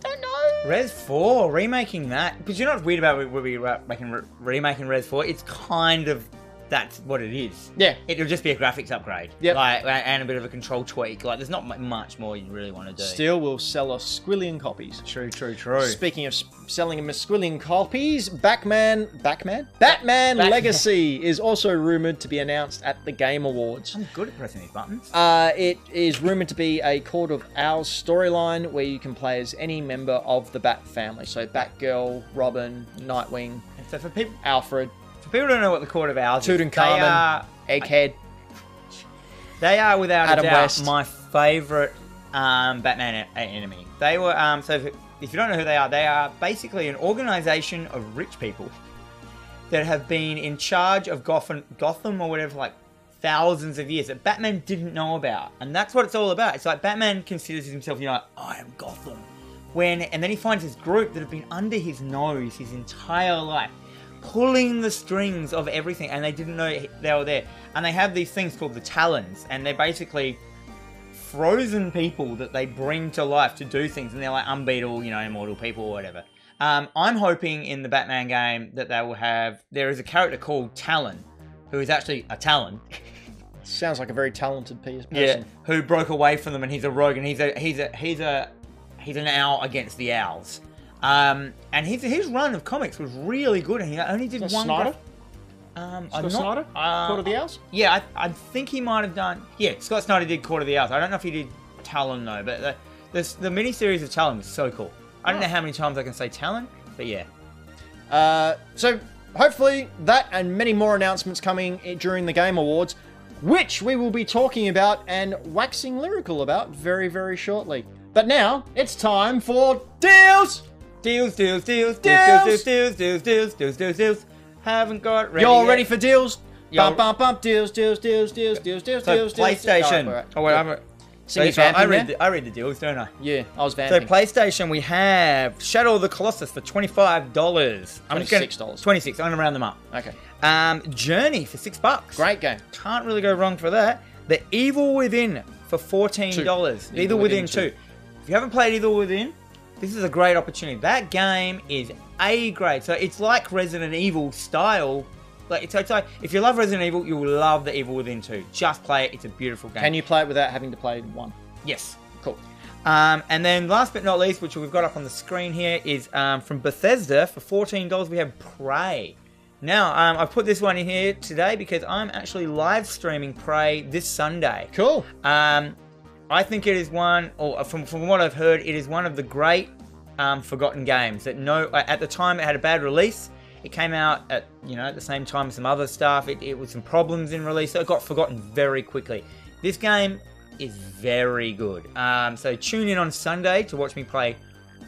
[SPEAKER 1] Don't know.
[SPEAKER 2] Res 4, remaking that. Because you're not weird about it, we'll be re- making, re- remaking Res 4. It's kind of. That's what it is.
[SPEAKER 1] Yeah.
[SPEAKER 2] It'll just be a graphics upgrade.
[SPEAKER 1] Yep.
[SPEAKER 2] Like, a- and a bit of a control tweak. Like, there's not mu- much more you really want to do.
[SPEAKER 1] Still will sell a squillion copies.
[SPEAKER 2] True, true, true.
[SPEAKER 1] Speaking of s- selling a squillion copies, Batman, Batman, Batman
[SPEAKER 2] Bat-
[SPEAKER 1] Legacy is also rumored to be announced at the Game Awards.
[SPEAKER 2] I'm good at pressing these buttons.
[SPEAKER 1] Uh, it is rumored to be a Court of Owls storyline where you can play as any member of the Bat family. So Batgirl, Robin, Nightwing,
[SPEAKER 2] And so, for, peop
[SPEAKER 1] Alfred,
[SPEAKER 2] for people who don't know what the Court of Owls is, they
[SPEAKER 1] Tutankhamun,
[SPEAKER 2] are,
[SPEAKER 1] Egghead.
[SPEAKER 2] They are without
[SPEAKER 1] Adam
[SPEAKER 2] a doubt
[SPEAKER 1] West.
[SPEAKER 2] my favourite um, Batman e- enemy. They were um, so. If, if you don't know who they are, they are basically an organisation of rich people that have been in charge of Gotham, Gotham or whatever, for, like thousands of years that Batman didn't know about, and that's what it's all about. It's like Batman considers himself, you know, I am Gotham. When and then he finds this group that have been under his nose his entire life, pulling the strings of everything, and they didn't know he- they were there. And they have these things called the Talons, and they're basically frozen people that they bring to life to do things, and they're like unbeatable, you know, immortal people or whatever. Um, I'm hoping in the Batman game that they will have. There is a character called Talon, who is actually a Talon.
[SPEAKER 1] Sounds like a very talented pe- person.
[SPEAKER 2] Who broke away from them, and he's a rogue, and he's a he's a he's a he's an owl against the owls. Um, and his his run of comics was really good, and he only did
[SPEAKER 1] Is that
[SPEAKER 2] one.
[SPEAKER 1] Snyder?
[SPEAKER 2] graph- um, I'm
[SPEAKER 1] Scott
[SPEAKER 2] not,
[SPEAKER 1] Snyder?
[SPEAKER 2] uh,
[SPEAKER 1] Court of the Owls?
[SPEAKER 2] yeah, I, I think he might have done. Yeah, Scott Snyder did Court of the Owls. I don't know if he did Talon though, but the the, the miniseries of Talon was so cool. I don't know how many times I can say Talon, but yeah,
[SPEAKER 1] Uh, so hopefully that and many more announcements coming i- during the Game Awards, which we will be talking about and waxing lyrical about very, very shortly. But now it's time for deals.
[SPEAKER 2] deals, deals, deals,
[SPEAKER 1] Deals!
[SPEAKER 2] deals, deals, deals, deals, deals, deals, deals, deals. Haven't got ready.
[SPEAKER 1] You're all
[SPEAKER 2] yet.
[SPEAKER 1] ready for deals?
[SPEAKER 2] Yo-
[SPEAKER 1] Bump, bump, bump. Deals, deals, deals, deals, deals, deals,
[SPEAKER 2] so
[SPEAKER 1] deals. deals,
[SPEAKER 2] PlayStation.
[SPEAKER 1] Oh, all right.
[SPEAKER 2] Oh, wait, I'm,
[SPEAKER 1] So you
[SPEAKER 2] that's right, I
[SPEAKER 1] vamping
[SPEAKER 2] read
[SPEAKER 1] there?
[SPEAKER 2] the, I read the deals, don't I?
[SPEAKER 1] Yeah, I was
[SPEAKER 2] So
[SPEAKER 1] vamping.
[SPEAKER 2] PlayStation, we have Shadow of the Colossus for twenty five dollars.
[SPEAKER 1] $26.
[SPEAKER 2] Twenty six. I'm gonna round them up.
[SPEAKER 1] okay,
[SPEAKER 2] Um, Journey for six bucks.
[SPEAKER 1] great game.
[SPEAKER 2] Can't really go wrong for that. The Evil Within for fourteen dollars.
[SPEAKER 1] Two.
[SPEAKER 2] Either Within,
[SPEAKER 1] Within two.
[SPEAKER 2] two. If you haven't played Either Within, this is a great opportunity. That game is A grade. So it's like Resident Evil style. Like it's, it's like if you love Resident Evil, you will love the Evil Within 2. Just play it. It's a beautiful game.
[SPEAKER 1] Can you play it without having to play one?
[SPEAKER 2] Yes.
[SPEAKER 1] Cool.
[SPEAKER 2] Um, and then last but not least, which we've got up on the screen here, is um, from Bethesda for fourteen dollars. We have Prey. Now um, I put this one in here today because I'm actually live streaming Prey this Sunday.
[SPEAKER 1] Cool.
[SPEAKER 2] Um, I think it is one, or from, from what I've heard, it is one of the great um, forgotten games that no, at the time it had a bad release. It came out at you know at the same time as some other stuff. It, it was some problems in release, so it got forgotten very quickly. This game is very good. Um, so tune in on Sunday to watch me play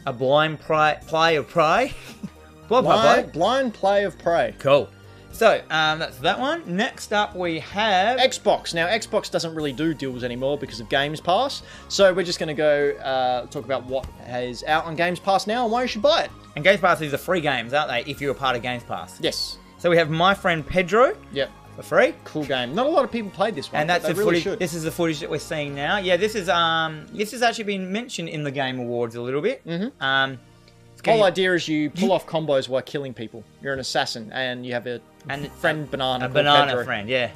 [SPEAKER 2] a blind pri- play of Prey. blah blah blah.
[SPEAKER 1] Blind, blind play of prey.
[SPEAKER 2] Cool. So um, that's that one. Next up we have
[SPEAKER 1] Xbox. Now, Xbox doesn't really do deals anymore because of Games Pass. So we're just going to go uh, talk about what is out on Games Pass now and why you should buy it.
[SPEAKER 2] and Games Pass. These are free games, aren't they? If you're a part of Games Pass.
[SPEAKER 1] Yes.
[SPEAKER 2] So we have my friend Pedro
[SPEAKER 1] Yep.
[SPEAKER 2] for free,
[SPEAKER 1] Cool game. Not a lot of people played this one,
[SPEAKER 2] and that's
[SPEAKER 1] but
[SPEAKER 2] the
[SPEAKER 1] they really
[SPEAKER 2] footage.
[SPEAKER 1] should.
[SPEAKER 2] This is the footage that we're seeing now. Yeah, this is um, this has actually been mentioned in the Game Awards a little bit. Mm-hmm. Um, it's
[SPEAKER 1] The
[SPEAKER 2] getting-
[SPEAKER 1] whole idea is you pull off combos while killing people. You're an assassin and you have a
[SPEAKER 2] And it's
[SPEAKER 1] friend banana.
[SPEAKER 2] a
[SPEAKER 1] called
[SPEAKER 2] banana
[SPEAKER 1] Pedro.
[SPEAKER 2] friend, yeah.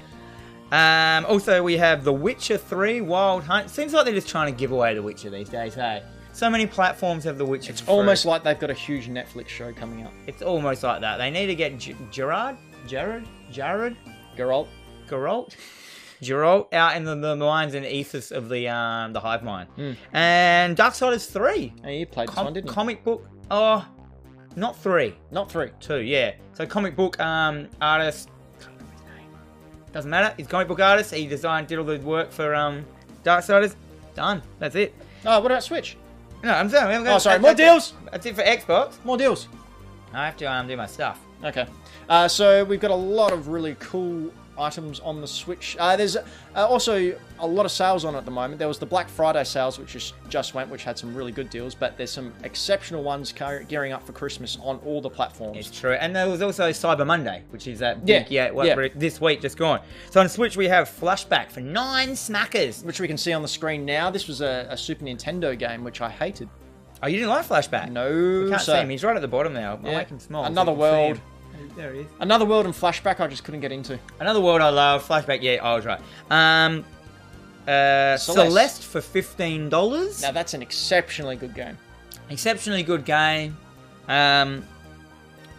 [SPEAKER 2] Um, also, we have The Witcher 3 Wild Hunt. Seems like they're just trying to give away The Witcher these days, hey? So many platforms have The Witcher. It's
[SPEAKER 1] Almost like they've got a huge Netflix show coming out.
[SPEAKER 2] It's almost like that. They need to get G- Gerard, Jared, Jared,
[SPEAKER 1] Geralt.
[SPEAKER 2] Geralt. Geralt out in the, the mines and ethos of the um, the hive mind. And Darksiders 3.
[SPEAKER 1] Hey, you played Hmm. this
[SPEAKER 2] Com-
[SPEAKER 1] one, didn't you?
[SPEAKER 2] comic book. Oh, not three,
[SPEAKER 1] Not three.
[SPEAKER 2] two. Yeah. So comic book um artist. Can't remember his name. Doesn't matter. He's a comic book artist. He designed, did all the work for um Darksiders, done. That's it.
[SPEAKER 1] Oh, what about Switch?
[SPEAKER 2] No, I'm sorry. I'm
[SPEAKER 1] Oh, sorry, more deals!
[SPEAKER 2] That's it for Xbox.
[SPEAKER 1] More deals.
[SPEAKER 2] I have to um, do my stuff.
[SPEAKER 1] Okay. Uh, so we've got a lot of really cool items on the Switch. Uh, there's uh, also a lot of sales on at the moment. There was the Black Friday sales, which just, just went, which had some really good deals, but there's some exceptional ones car- gearing up for Christmas on all the platforms.
[SPEAKER 2] It's true. And there was also Cyber Monday, which is that
[SPEAKER 1] Yeah,
[SPEAKER 2] big, yeah, what,
[SPEAKER 1] yeah.
[SPEAKER 2] this week just gone. So on Switch, we have Flashback for nine smackers.
[SPEAKER 1] Which we can see on the screen now. This was a, a Super Nintendo game, which I hated.
[SPEAKER 2] Oh, you didn't like Flashback?
[SPEAKER 1] No,
[SPEAKER 2] You can't
[SPEAKER 1] so-
[SPEAKER 2] see him. He's right at the bottom now. I'll
[SPEAKER 1] Yeah.
[SPEAKER 2] make him small. so
[SPEAKER 1] Another
[SPEAKER 2] you can
[SPEAKER 1] world.
[SPEAKER 2] see him. There he is.
[SPEAKER 1] Another World and Flashback, I just couldn't get into.
[SPEAKER 2] Another world I love. Flashback. Yeah, I was right. Um, uh,
[SPEAKER 1] Celeste.
[SPEAKER 2] Celeste. for fifteen dollars.
[SPEAKER 1] Now that's an exceptionally good game.
[SPEAKER 2] Exceptionally good game. Um,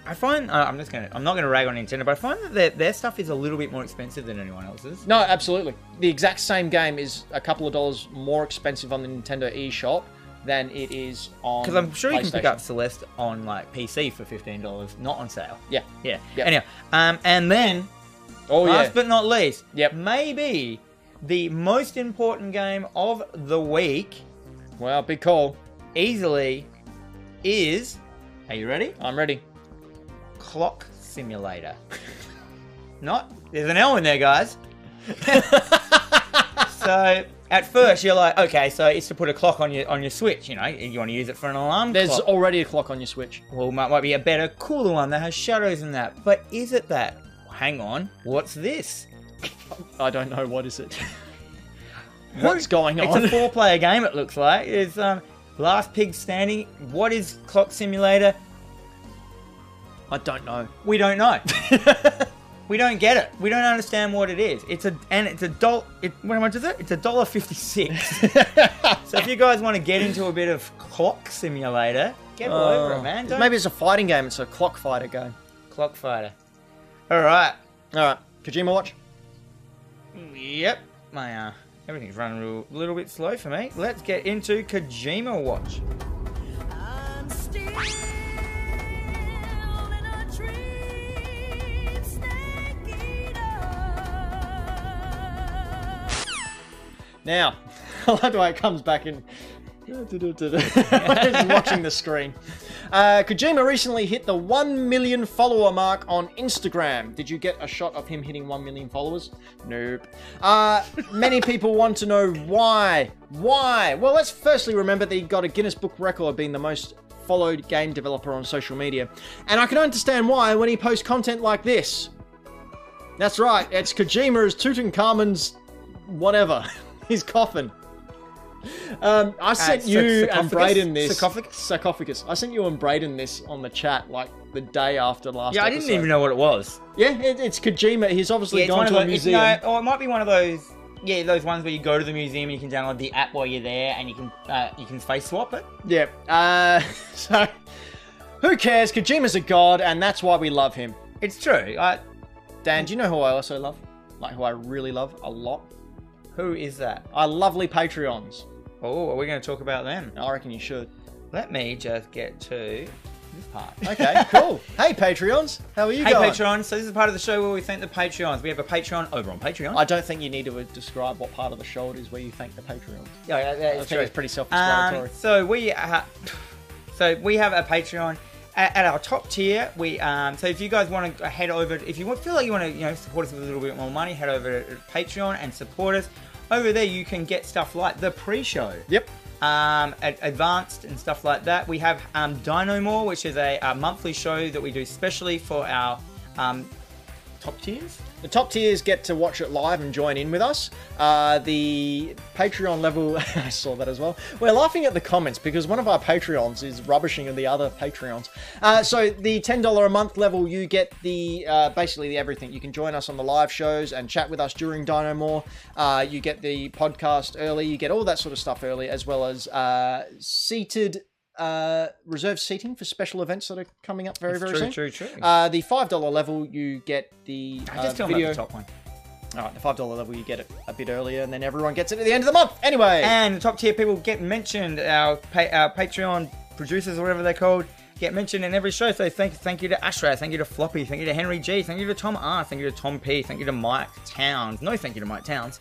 [SPEAKER 2] I find uh, I'm just gonna I'm not gonna rag on Nintendo, but I find that their, their stuff is a little bit more expensive than anyone else's.
[SPEAKER 1] No, absolutely. The exact same game is a couple of dollars more expensive on the Nintendo eShop than it is on.
[SPEAKER 2] Because I'm sure you can pick
[SPEAKER 1] PlayStation.
[SPEAKER 2] up Celeste on like PC for fifteen dollars, not on sale.
[SPEAKER 1] Yeah.
[SPEAKER 2] Yeah.
[SPEAKER 1] Yep.
[SPEAKER 2] Anyhow, um, and then
[SPEAKER 1] Oh
[SPEAKER 2] last
[SPEAKER 1] yeah.
[SPEAKER 2] but not least,
[SPEAKER 1] Yep.
[SPEAKER 2] maybe the most important game of the week,
[SPEAKER 1] Well, big call.
[SPEAKER 2] easily, is. Are you ready?
[SPEAKER 1] I'm ready.
[SPEAKER 2] Clock Simulator. not. There's an L in there, guys. so at first you're like, okay, so it's to put a clock on your on your switch. You know, you want to use it for an alarm
[SPEAKER 1] There's
[SPEAKER 2] clock.
[SPEAKER 1] already a clock on your Switch.
[SPEAKER 2] well, might, might be a better, cooler one that has shadows and that. But is it that? Hang on, what's this?
[SPEAKER 1] I don't know what is it. What's going on?
[SPEAKER 2] It's a four-player game. It looks like it's um, Last Pig Standing. What is Clock Simulator?
[SPEAKER 1] I don't know.
[SPEAKER 2] We don't know. we don't get it. We don't understand what it is. It's a and it's a doll. It, how much is it? It's a dollar fifty-six. so if you guys want to get into a bit of Clock Simulator, get over
[SPEAKER 1] Uh,
[SPEAKER 2] it, man. Don't
[SPEAKER 1] Maybe it's a fighting game. It's a clock fighter game.
[SPEAKER 2] Clock Fighter. All right.
[SPEAKER 1] All right, Kojima watch.
[SPEAKER 2] Yep, my uh, everything's running a little, little bit slow for me. Let's get into Kojima Watch.
[SPEAKER 4] I'm still in a dream, snake eater.
[SPEAKER 1] Now, I like the way it comes back in. Just watching the screen. Uh, Kojima recently hit the 1 million follower mark on Instagram. Did you get a shot of him hitting 1 million followers? Nope. Uh, many people want to know why. Why? Well, let's firstly remember that he got a Guinness Book record being the most followed game developer on social media. And I can understand why when he posts content like this. That's right, it's Kojima's Tutankhamun's whatever. His coffin. Um, I sent
[SPEAKER 2] sarc-
[SPEAKER 1] you and
[SPEAKER 2] Ah, sarcophagus?
[SPEAKER 1] Braden this
[SPEAKER 2] Sarcophagus?
[SPEAKER 1] sarcophagus. I sent you and Braden this on the chat like the day after last.
[SPEAKER 2] Yeah, I didn't even know what it was.
[SPEAKER 1] Yeah, it, it's Kojima. He's obviously
[SPEAKER 2] Yeah, it's
[SPEAKER 1] gone
[SPEAKER 2] one
[SPEAKER 1] to
[SPEAKER 2] of
[SPEAKER 1] a
[SPEAKER 2] those. it's
[SPEAKER 1] museum.
[SPEAKER 2] no, or it might be one of those. Yeah, those ones where you go to the museum and you can download the app while you're there, and you can uh, you can face swap it.
[SPEAKER 1] Yeah. Uh, so who cares? Kojima's a god, and that's why we love him.
[SPEAKER 2] It's true. I,
[SPEAKER 1] Dan, do you know who I also love? Like who I really love a lot?
[SPEAKER 2] who is that?
[SPEAKER 1] Our lovely Patreons.
[SPEAKER 2] Oh, are we going to talk about them?
[SPEAKER 1] I reckon you should.
[SPEAKER 2] Let me just get to this part.
[SPEAKER 1] Okay, cool. hey Patreons, how are you
[SPEAKER 2] Hey
[SPEAKER 1] going?
[SPEAKER 2] Patreon, so this is part of the show where we thank the Patreons. We have a Patreon over on Patreon.
[SPEAKER 1] I don't think you need to uh, describe what part of the show it is where you thank the Patreons.
[SPEAKER 2] Yeah, yeah, yeah,
[SPEAKER 1] I
[SPEAKER 2] it's
[SPEAKER 1] think
[SPEAKER 2] true.
[SPEAKER 1] it's pretty self-explanatory.
[SPEAKER 2] Um, so we, uh, so we have a Patreon. At, at our top tier, we um, so if you guys want to head over, if you want- feel like you want to, you know, support us with a little bit more money, head over to Patreon and support us. Over there, you can get stuff like the pre-show,
[SPEAKER 1] Yep.
[SPEAKER 2] um, ad- advanced and stuff like that. We have um, Dino More, which is a, a monthly show that we do specially for our um, top tiers.
[SPEAKER 1] The top tiers get to watch it live and join in with us. Uh, the Patreon level, I saw that as well. We're laughing at the comments because one of our Patreons is rubbishing the other Patreons. Uh, so the ten dollar a month level, you get the uh, basically the everything. You can join us on the live shows and chat with us during Dino More. Uh, you get the podcast early. You get all that sort of stuff early, as well as uh, seated. Uh, reserved seating for special events that are coming up very, very soon.
[SPEAKER 2] true.
[SPEAKER 1] Uh, the five dollar level, you get the uh,
[SPEAKER 2] Just tell them
[SPEAKER 1] video.
[SPEAKER 2] about the top one.
[SPEAKER 1] All right, the five dollar level, you get it a bit earlier, and then everyone gets it at the end of the month. Anyway,
[SPEAKER 2] And the top tier people get mentioned. Our, pa- our Patreon producers, or whatever they're called, get mentioned in every show. So thank thank you to Ashra, thank you to Floppy, thank you to Henry G, thank you to Tom R, thank you to Tom P, thank you to Mike Towns. No, thank you to Mike Towns.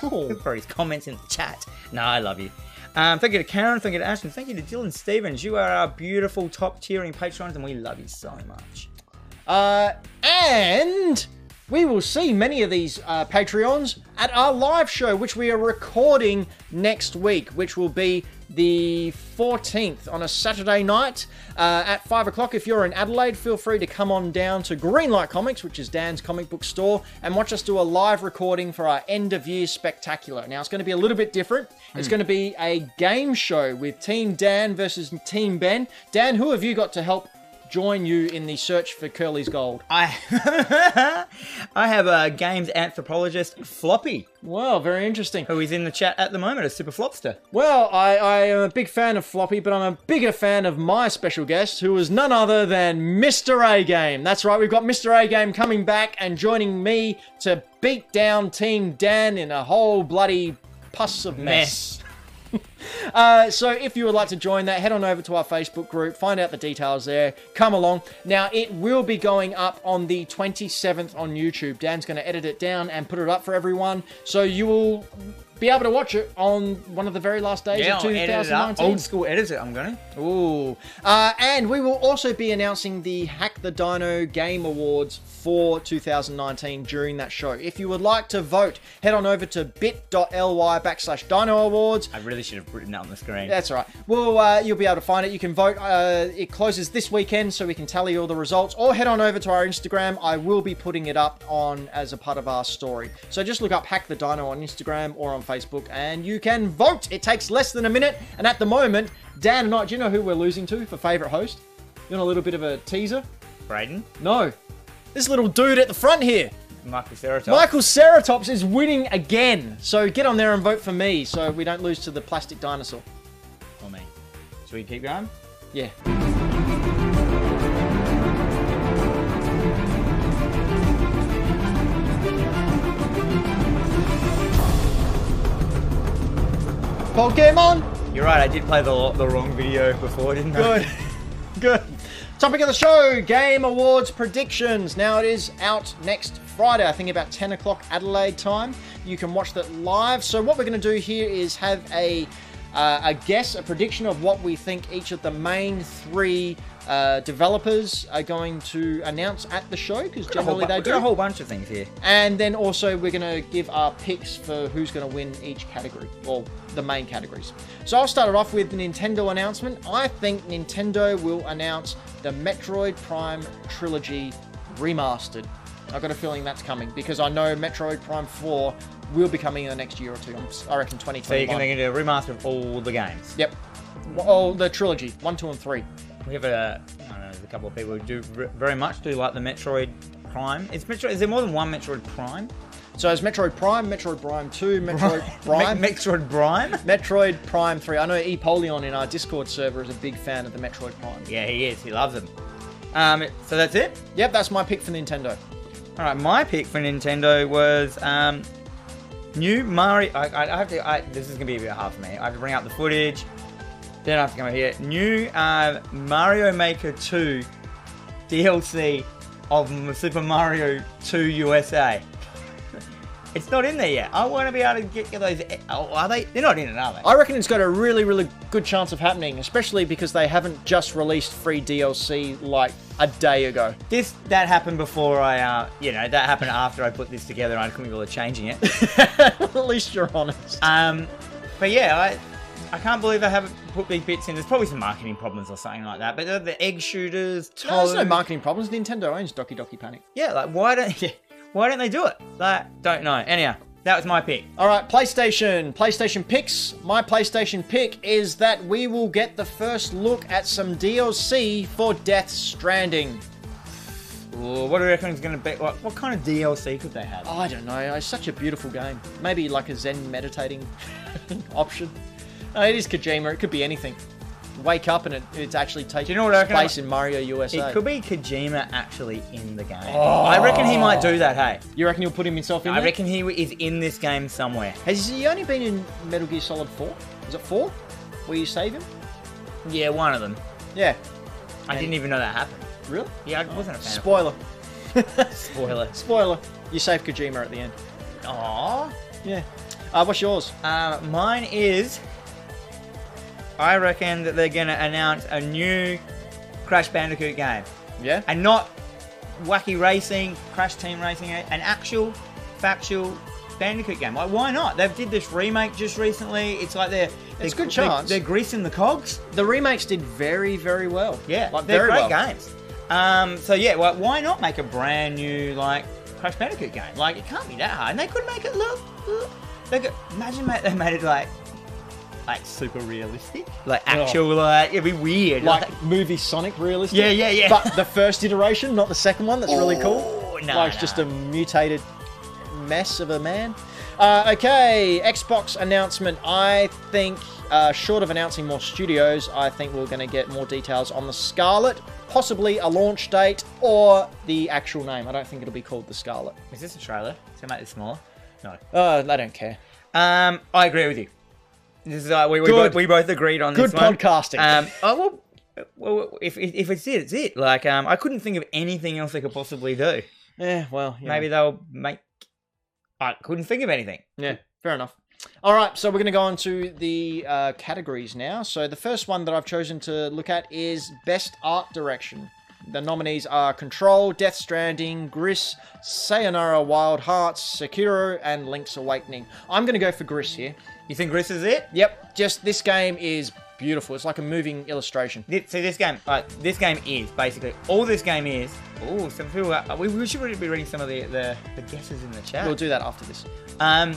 [SPEAKER 2] for his comments in the chat. No, I love you. Um, thank you to Karen, thank you to Ashton, thank you to Dylan Stevens. You are our beautiful top tiering patrons, and we love you so much.
[SPEAKER 1] Uh, and we will see many of these uh, Patreons at our live show, which we are recording next week, which will be the 14th on a Saturday night uh, at 5 o'clock. If you're in Adelaide, feel free to come on down to Greenlight Comics, which is Dan's comic book store, and watch us do a live recording for our end of year spectacular. Now, it's going to be a little bit different. It's going to be a game show with Team Dan versus Team Ben. Dan, who have you got to help join you in the search for Curly's gold.
[SPEAKER 2] I I have a games anthropologist, Floppy,
[SPEAKER 1] Well, very interesting.
[SPEAKER 2] who is in the chat at the moment, a super flopster.
[SPEAKER 1] Well, I, I am a big fan of Floppy, but I'm a bigger fan of my special guest, who is none other than Mr. A Game. That's right, we've got Mr. A Game coming back and joining me to beat down Team Dan in a whole bloody pus of mess.
[SPEAKER 2] Mess.
[SPEAKER 1] Uh, so if you would like to join that, head on over to our Facebook group, find out the details there, come along. Now, it will be going up on the 27th on YouTube. Dan's going to edit it down and put it up for everyone. So you will be able to watch it on one of the very last days
[SPEAKER 2] Yeah,
[SPEAKER 1] of
[SPEAKER 2] I'll edit it up. Oh,
[SPEAKER 1] 2019.
[SPEAKER 2] Old school editor, I'm gonna.
[SPEAKER 1] Ooh. Uh, and we will also be announcing the Hack the Dino Game Awards for 2019 during that show. If you would like to vote, head on over to bit.ly backslash dino awards.
[SPEAKER 2] I really should have written that on the screen.
[SPEAKER 1] That's all right. Well, uh, you'll be able to find it. You can vote. Uh, it closes this weekend, so we can tally all the results. Or head on over to our Instagram. I will be putting it up on as a part of our story. So just look up Hack the Dino on Instagram or on Facebook, and you can vote. It takes less than a minute, and at the moment, Dan and I. Do you know who we're losing to for favorite host? You want a little bit of a teaser?
[SPEAKER 2] Braden,
[SPEAKER 1] No. This little dude at the front here.
[SPEAKER 2] Michael Ceratops.
[SPEAKER 1] Michael Ceratops is winning again. So get on there and vote for me so we don't lose to the plastic dinosaur.
[SPEAKER 2] Or me. Should we keep going?
[SPEAKER 1] Yeah. Pokemon!
[SPEAKER 2] You're right, I did play the, the wrong video before, didn't I?
[SPEAKER 1] Good. Good. Topic of the show Game Awards predictions. Now it is out next Friday, I think about 10 o'clock Adelaide time. You can watch that live. So, what we're going to do here is have a, uh, a guess, a prediction of what we think each of the main three uh, developers are going to announce at the show, because
[SPEAKER 2] A whole
[SPEAKER 1] generally
[SPEAKER 2] bu-
[SPEAKER 1] they
[SPEAKER 2] we've got a
[SPEAKER 1] do.
[SPEAKER 2] whole bunch of things here.
[SPEAKER 1] And then also, we're going to give our picks for who's going to win each category, or the main categories. So I'll start it off with the Nintendo announcement. I think Nintendo will announce the Metroid Prime trilogy remastered. I've got a feeling that's coming because I know Metroid Prime 4 will be coming in the next year or two. I'm s- I reckon
[SPEAKER 2] So you can,
[SPEAKER 1] 2021.
[SPEAKER 2] they can do a remaster of all the games.
[SPEAKER 1] yep. Oh, the trilogy, 1, 2, and 3.
[SPEAKER 2] We have a, I don't know, there's a couple of people who do r- very much do like the Metroid Prime. Is Metroid? Is there more than one Metroid Prime?
[SPEAKER 1] So it's Metroid Prime, Metroid Prime 2, Metroid Prime.
[SPEAKER 2] Me- Metroid Prime.
[SPEAKER 1] Metroid Prime 3. I know Epolion in our Discord server is a big fan of the Metroid Prime.
[SPEAKER 2] Yeah, he is. He loves them. Um, so that's it.
[SPEAKER 1] Yep, that's my pick for Nintendo.
[SPEAKER 2] All right, my pick for Nintendo was um, new Mario. I, I I have to. I, this is gonna be a bit hard for me. I have to bring out the footage. Then I have to come over here. New uh, Mario Maker 2 DLC of M- Super Mario 2 USA. it's not in there yet. I want to be able to get get those. Oh, are they? They're not in it, are they?
[SPEAKER 1] I reckon it's got a really, really good chance of happening, especially because they haven't just released free DLC like a day ago.
[SPEAKER 2] This that happened before I. Uh, you know that happened after I put this together. and I couldn't be bothered changing it.
[SPEAKER 1] At least you're honest.
[SPEAKER 2] Um, but yeah, I I can't believe I haven't put these bits in. There's probably some marketing problems or something like that. But the, the egg shooters,
[SPEAKER 1] No, there's no
[SPEAKER 2] Toad-
[SPEAKER 1] marketing problems. Nintendo owns Doki Doki Panic.
[SPEAKER 2] Yeah, like why don't yeah, why don't they do it? Like don't know. Anyhow, that was my pick.
[SPEAKER 1] All right, PlayStation. PlayStation picks. My PlayStation pick is that we will get the first look at some DLC for Death Stranding.
[SPEAKER 2] Ooh, what do you reckon is going to be? What, what kind of DLC could they have?
[SPEAKER 1] I don't know. It's such a beautiful game. Maybe like a Zen meditating option. Uh, it is Kojima. It could be anything. Wake up and it, it's actually taking
[SPEAKER 2] you know what I reckon?
[SPEAKER 1] place in Mario USA.
[SPEAKER 2] It could be Kojima actually in the game. I reckon he might do that. Hey,
[SPEAKER 1] You reckon he'll put himself in?
[SPEAKER 2] I
[SPEAKER 1] there?
[SPEAKER 2] reckon he is in this game somewhere.
[SPEAKER 1] Has he only been in Metal Gear Solid Four? Is it Four? Where you save him?
[SPEAKER 2] Yeah, one of them.
[SPEAKER 1] Yeah.
[SPEAKER 2] I didn't even know that happened.
[SPEAKER 1] Really?
[SPEAKER 2] Yeah, I wasn't a fan. of
[SPEAKER 1] Spoiler.
[SPEAKER 2] Spoiler.
[SPEAKER 1] Spoiler. You save Kojima at the end.
[SPEAKER 2] Aww.
[SPEAKER 1] Yeah. Uh, what's yours?
[SPEAKER 2] Uh, mine is. I reckon that they're going to announce a new Crash Bandicoot game.
[SPEAKER 1] Yeah.
[SPEAKER 2] And not wacky racing, Crash Team Racing, eh, an actual, factual Bandicoot game. Like, why not? They did this remake just recently. It's like they're.
[SPEAKER 1] It's a
[SPEAKER 2] they're-
[SPEAKER 1] good chance.
[SPEAKER 2] They're, they're greasing the cogs.
[SPEAKER 1] The remakes did very, very well.
[SPEAKER 2] Yeah,
[SPEAKER 1] Like,
[SPEAKER 2] they're
[SPEAKER 1] very
[SPEAKER 2] great
[SPEAKER 1] well.
[SPEAKER 2] games. Um, so yeah, well, why not make a brand new like Crash Bandicoot game? Like it can't be that hard, and they could make it look. look they could, imagine ma- they made it like like super realistic, like
[SPEAKER 1] Oh.
[SPEAKER 2] actual like it'd be weird.
[SPEAKER 1] Like movie Sonic realistic.
[SPEAKER 2] Yeah, yeah, yeah.
[SPEAKER 1] But the first iteration, not the second one, that's really cool.
[SPEAKER 2] Ooh, nah,
[SPEAKER 1] like it's
[SPEAKER 2] nah.
[SPEAKER 1] just a mutated mess of a man. Uh, okay, Xbox announcement. I think, uh, short of announcing more studios, I think we're going to get more details on the Scarlet, possibly a launch date or the actual name. I don't think it'll be called the Scarlet.
[SPEAKER 2] is this a trailer? To make this smaller? No.
[SPEAKER 1] Uh, I don't care.
[SPEAKER 2] Um, I agree with you. This is like we, we,
[SPEAKER 1] Good.
[SPEAKER 2] both, we both agreed on
[SPEAKER 1] Good
[SPEAKER 2] this one.
[SPEAKER 1] podcasting.
[SPEAKER 2] Um, oh, well, well, if, if if it's it, it's it. Like um, I couldn't think of anything else they could possibly do.
[SPEAKER 1] Yeah, Eh, well, you know.
[SPEAKER 2] Maybe they'll make. I couldn't think of anything.
[SPEAKER 1] Yeah, fair enough. All right, so we're going to go on to the uh, categories now. So the first one that I've chosen to look at is Best Art Direction. The nominees are Control, Death Stranding, Gris, Sayonara Wild Hearts, Sekiro, and Link's Awakening. I'm going to go for Gris here.
[SPEAKER 2] You think Gris is it?
[SPEAKER 1] Yep, just this game is beautiful. It's like a moving illustration.
[SPEAKER 2] Thi- So this game, uh, this game is basically all this game is. Oh, some people. Are, we, we should really be reading some of the, the the guesses in the chat.
[SPEAKER 1] We'll do that after this.
[SPEAKER 2] Um,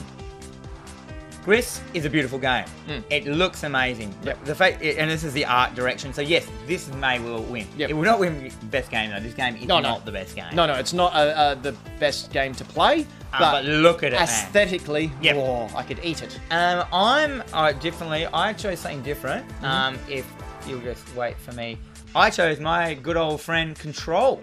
[SPEAKER 2] Gris is a beautiful game.
[SPEAKER 1] Mm.
[SPEAKER 2] It looks amazing.
[SPEAKER 1] Yep.
[SPEAKER 2] The fact, and this is the art direction. So yes, this may well win.
[SPEAKER 1] Yep.
[SPEAKER 2] It will not win best game though. This game is
[SPEAKER 1] No, no.
[SPEAKER 2] not the best game.
[SPEAKER 1] No, no, it's not uh, uh, the best game to play,
[SPEAKER 2] Uh,
[SPEAKER 1] but,
[SPEAKER 2] but, look at it. man.
[SPEAKER 1] aesthetically,
[SPEAKER 2] Yep.
[SPEAKER 1] oh, I could eat it.
[SPEAKER 2] Um, I'm uh, differently. I chose something different.
[SPEAKER 1] Mm-hmm.
[SPEAKER 2] Um, if you'll just wait for me, I chose my good old friend Control.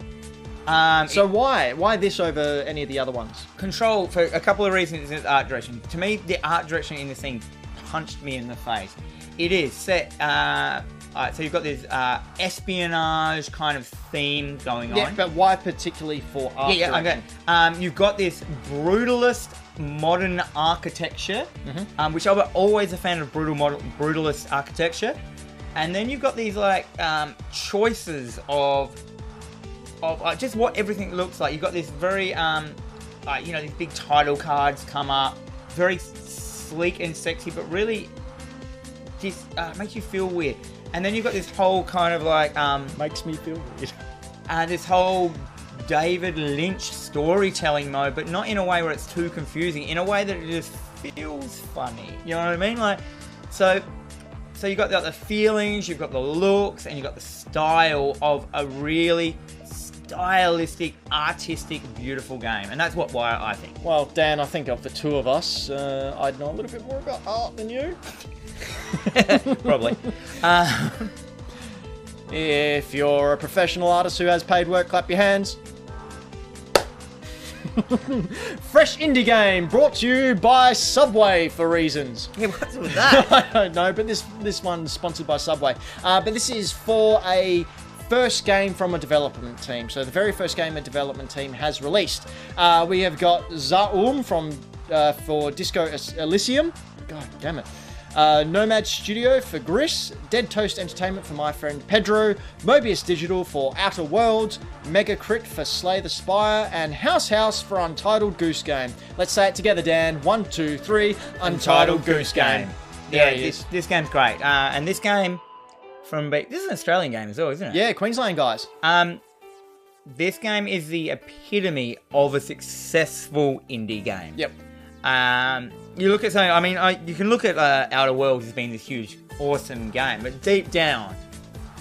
[SPEAKER 2] Um,
[SPEAKER 1] So why? Why this over any of the other ones?
[SPEAKER 2] Control for a couple of reasons in its art direction. To me, the art direction in this thing punched me in the face. It is set. Uh, uh, so you've got this uh, espionage kind of theme going
[SPEAKER 1] Yeah,
[SPEAKER 2] on.
[SPEAKER 1] but why particularly for art?
[SPEAKER 2] yeah, yeah, I'm
[SPEAKER 1] direction?
[SPEAKER 2] going. Um, you've got this brutalist modern architecture, um, which I'm always a fan of brutal model, brutalist architecture, and then you've got these like um, choices of of uh, just what everything looks like. You've got this very, um, uh, you know, these big title cards come up, very s- sleek and sexy, but really just uh, makes you feel weird. And then you've got this whole kind of like um,
[SPEAKER 1] Makes me feel weird.
[SPEAKER 2] uh, this whole David Lynch storytelling mode, but not in a way where it's too confusing. In a way that it just feels funny. You know what I mean? Like, so, so you got the, the feelings, you've got the looks, and you've got the style of a really stylistic, artistic, beautiful game, and that's what why I think.
[SPEAKER 1] Well, Dan, I think of the two of us, uh, I'd know a little bit more about art than you.
[SPEAKER 2] Probably.
[SPEAKER 1] If you're a professional artist who has paid work, clap your hands. Fresh indie game brought to you by Subway for reasons.
[SPEAKER 2] yeah, what's with that?
[SPEAKER 1] I don't know, but this this one's sponsored by Subway. Uh, but this is for a first game from a development team. So the very first game a development team has released. Uh, we have got Zaum from uh, for Disco Elysium. Elysium. God damn it. Uh, Nomad Studio for Gris, Dead Toast Entertainment for my friend Pedro, Mobius Digital for Outer Worlds, Mega Crit for Slay the Spire, and House House for Untitled Goose Game. Let's say it together, Dan. One, two, three. Untitled Goose Game.
[SPEAKER 2] Yeah,
[SPEAKER 1] There he
[SPEAKER 2] this,
[SPEAKER 1] is.
[SPEAKER 2] this game's great, uh, and this game from Be- this is an Australian game as well, isn't it?
[SPEAKER 1] Yeah, Queensland guys.
[SPEAKER 2] Um, this game is the epitome of a successful indie game.
[SPEAKER 1] Yep.
[SPEAKER 2] Um, you look at something. I mean, I, you can look at uh, Outer Worlds as being this huge, awesome game, but deep down,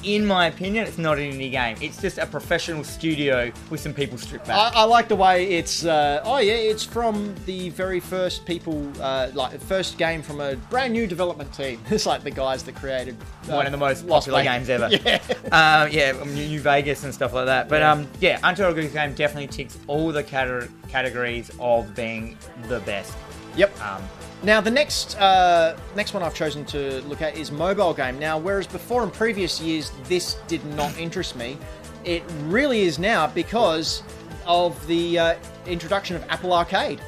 [SPEAKER 2] in my opinion, it's not an indie game. It's just a professional studio with some people stripped
[SPEAKER 1] I,
[SPEAKER 2] back.
[SPEAKER 1] I like the way it's. Uh, oh yeah, it's from the very first people, uh, like the first game from a brand new development team. It's like the guys that created uh,
[SPEAKER 2] One of the most
[SPEAKER 1] Lost
[SPEAKER 2] popular
[SPEAKER 1] Planet.
[SPEAKER 2] games ever.
[SPEAKER 1] yeah.
[SPEAKER 2] um, yeah, um, New New Vegas and stuff like that. But um, yeah, Untitled Goose Game definitely ticks all the cate- categories of being the best.
[SPEAKER 1] Yep.
[SPEAKER 2] Um,
[SPEAKER 1] Now the next uh, next one I've chosen to look at is mobile game. Now, whereas before in previous years this did not interest me, it really is now because of the uh, introduction of Apple Arcade.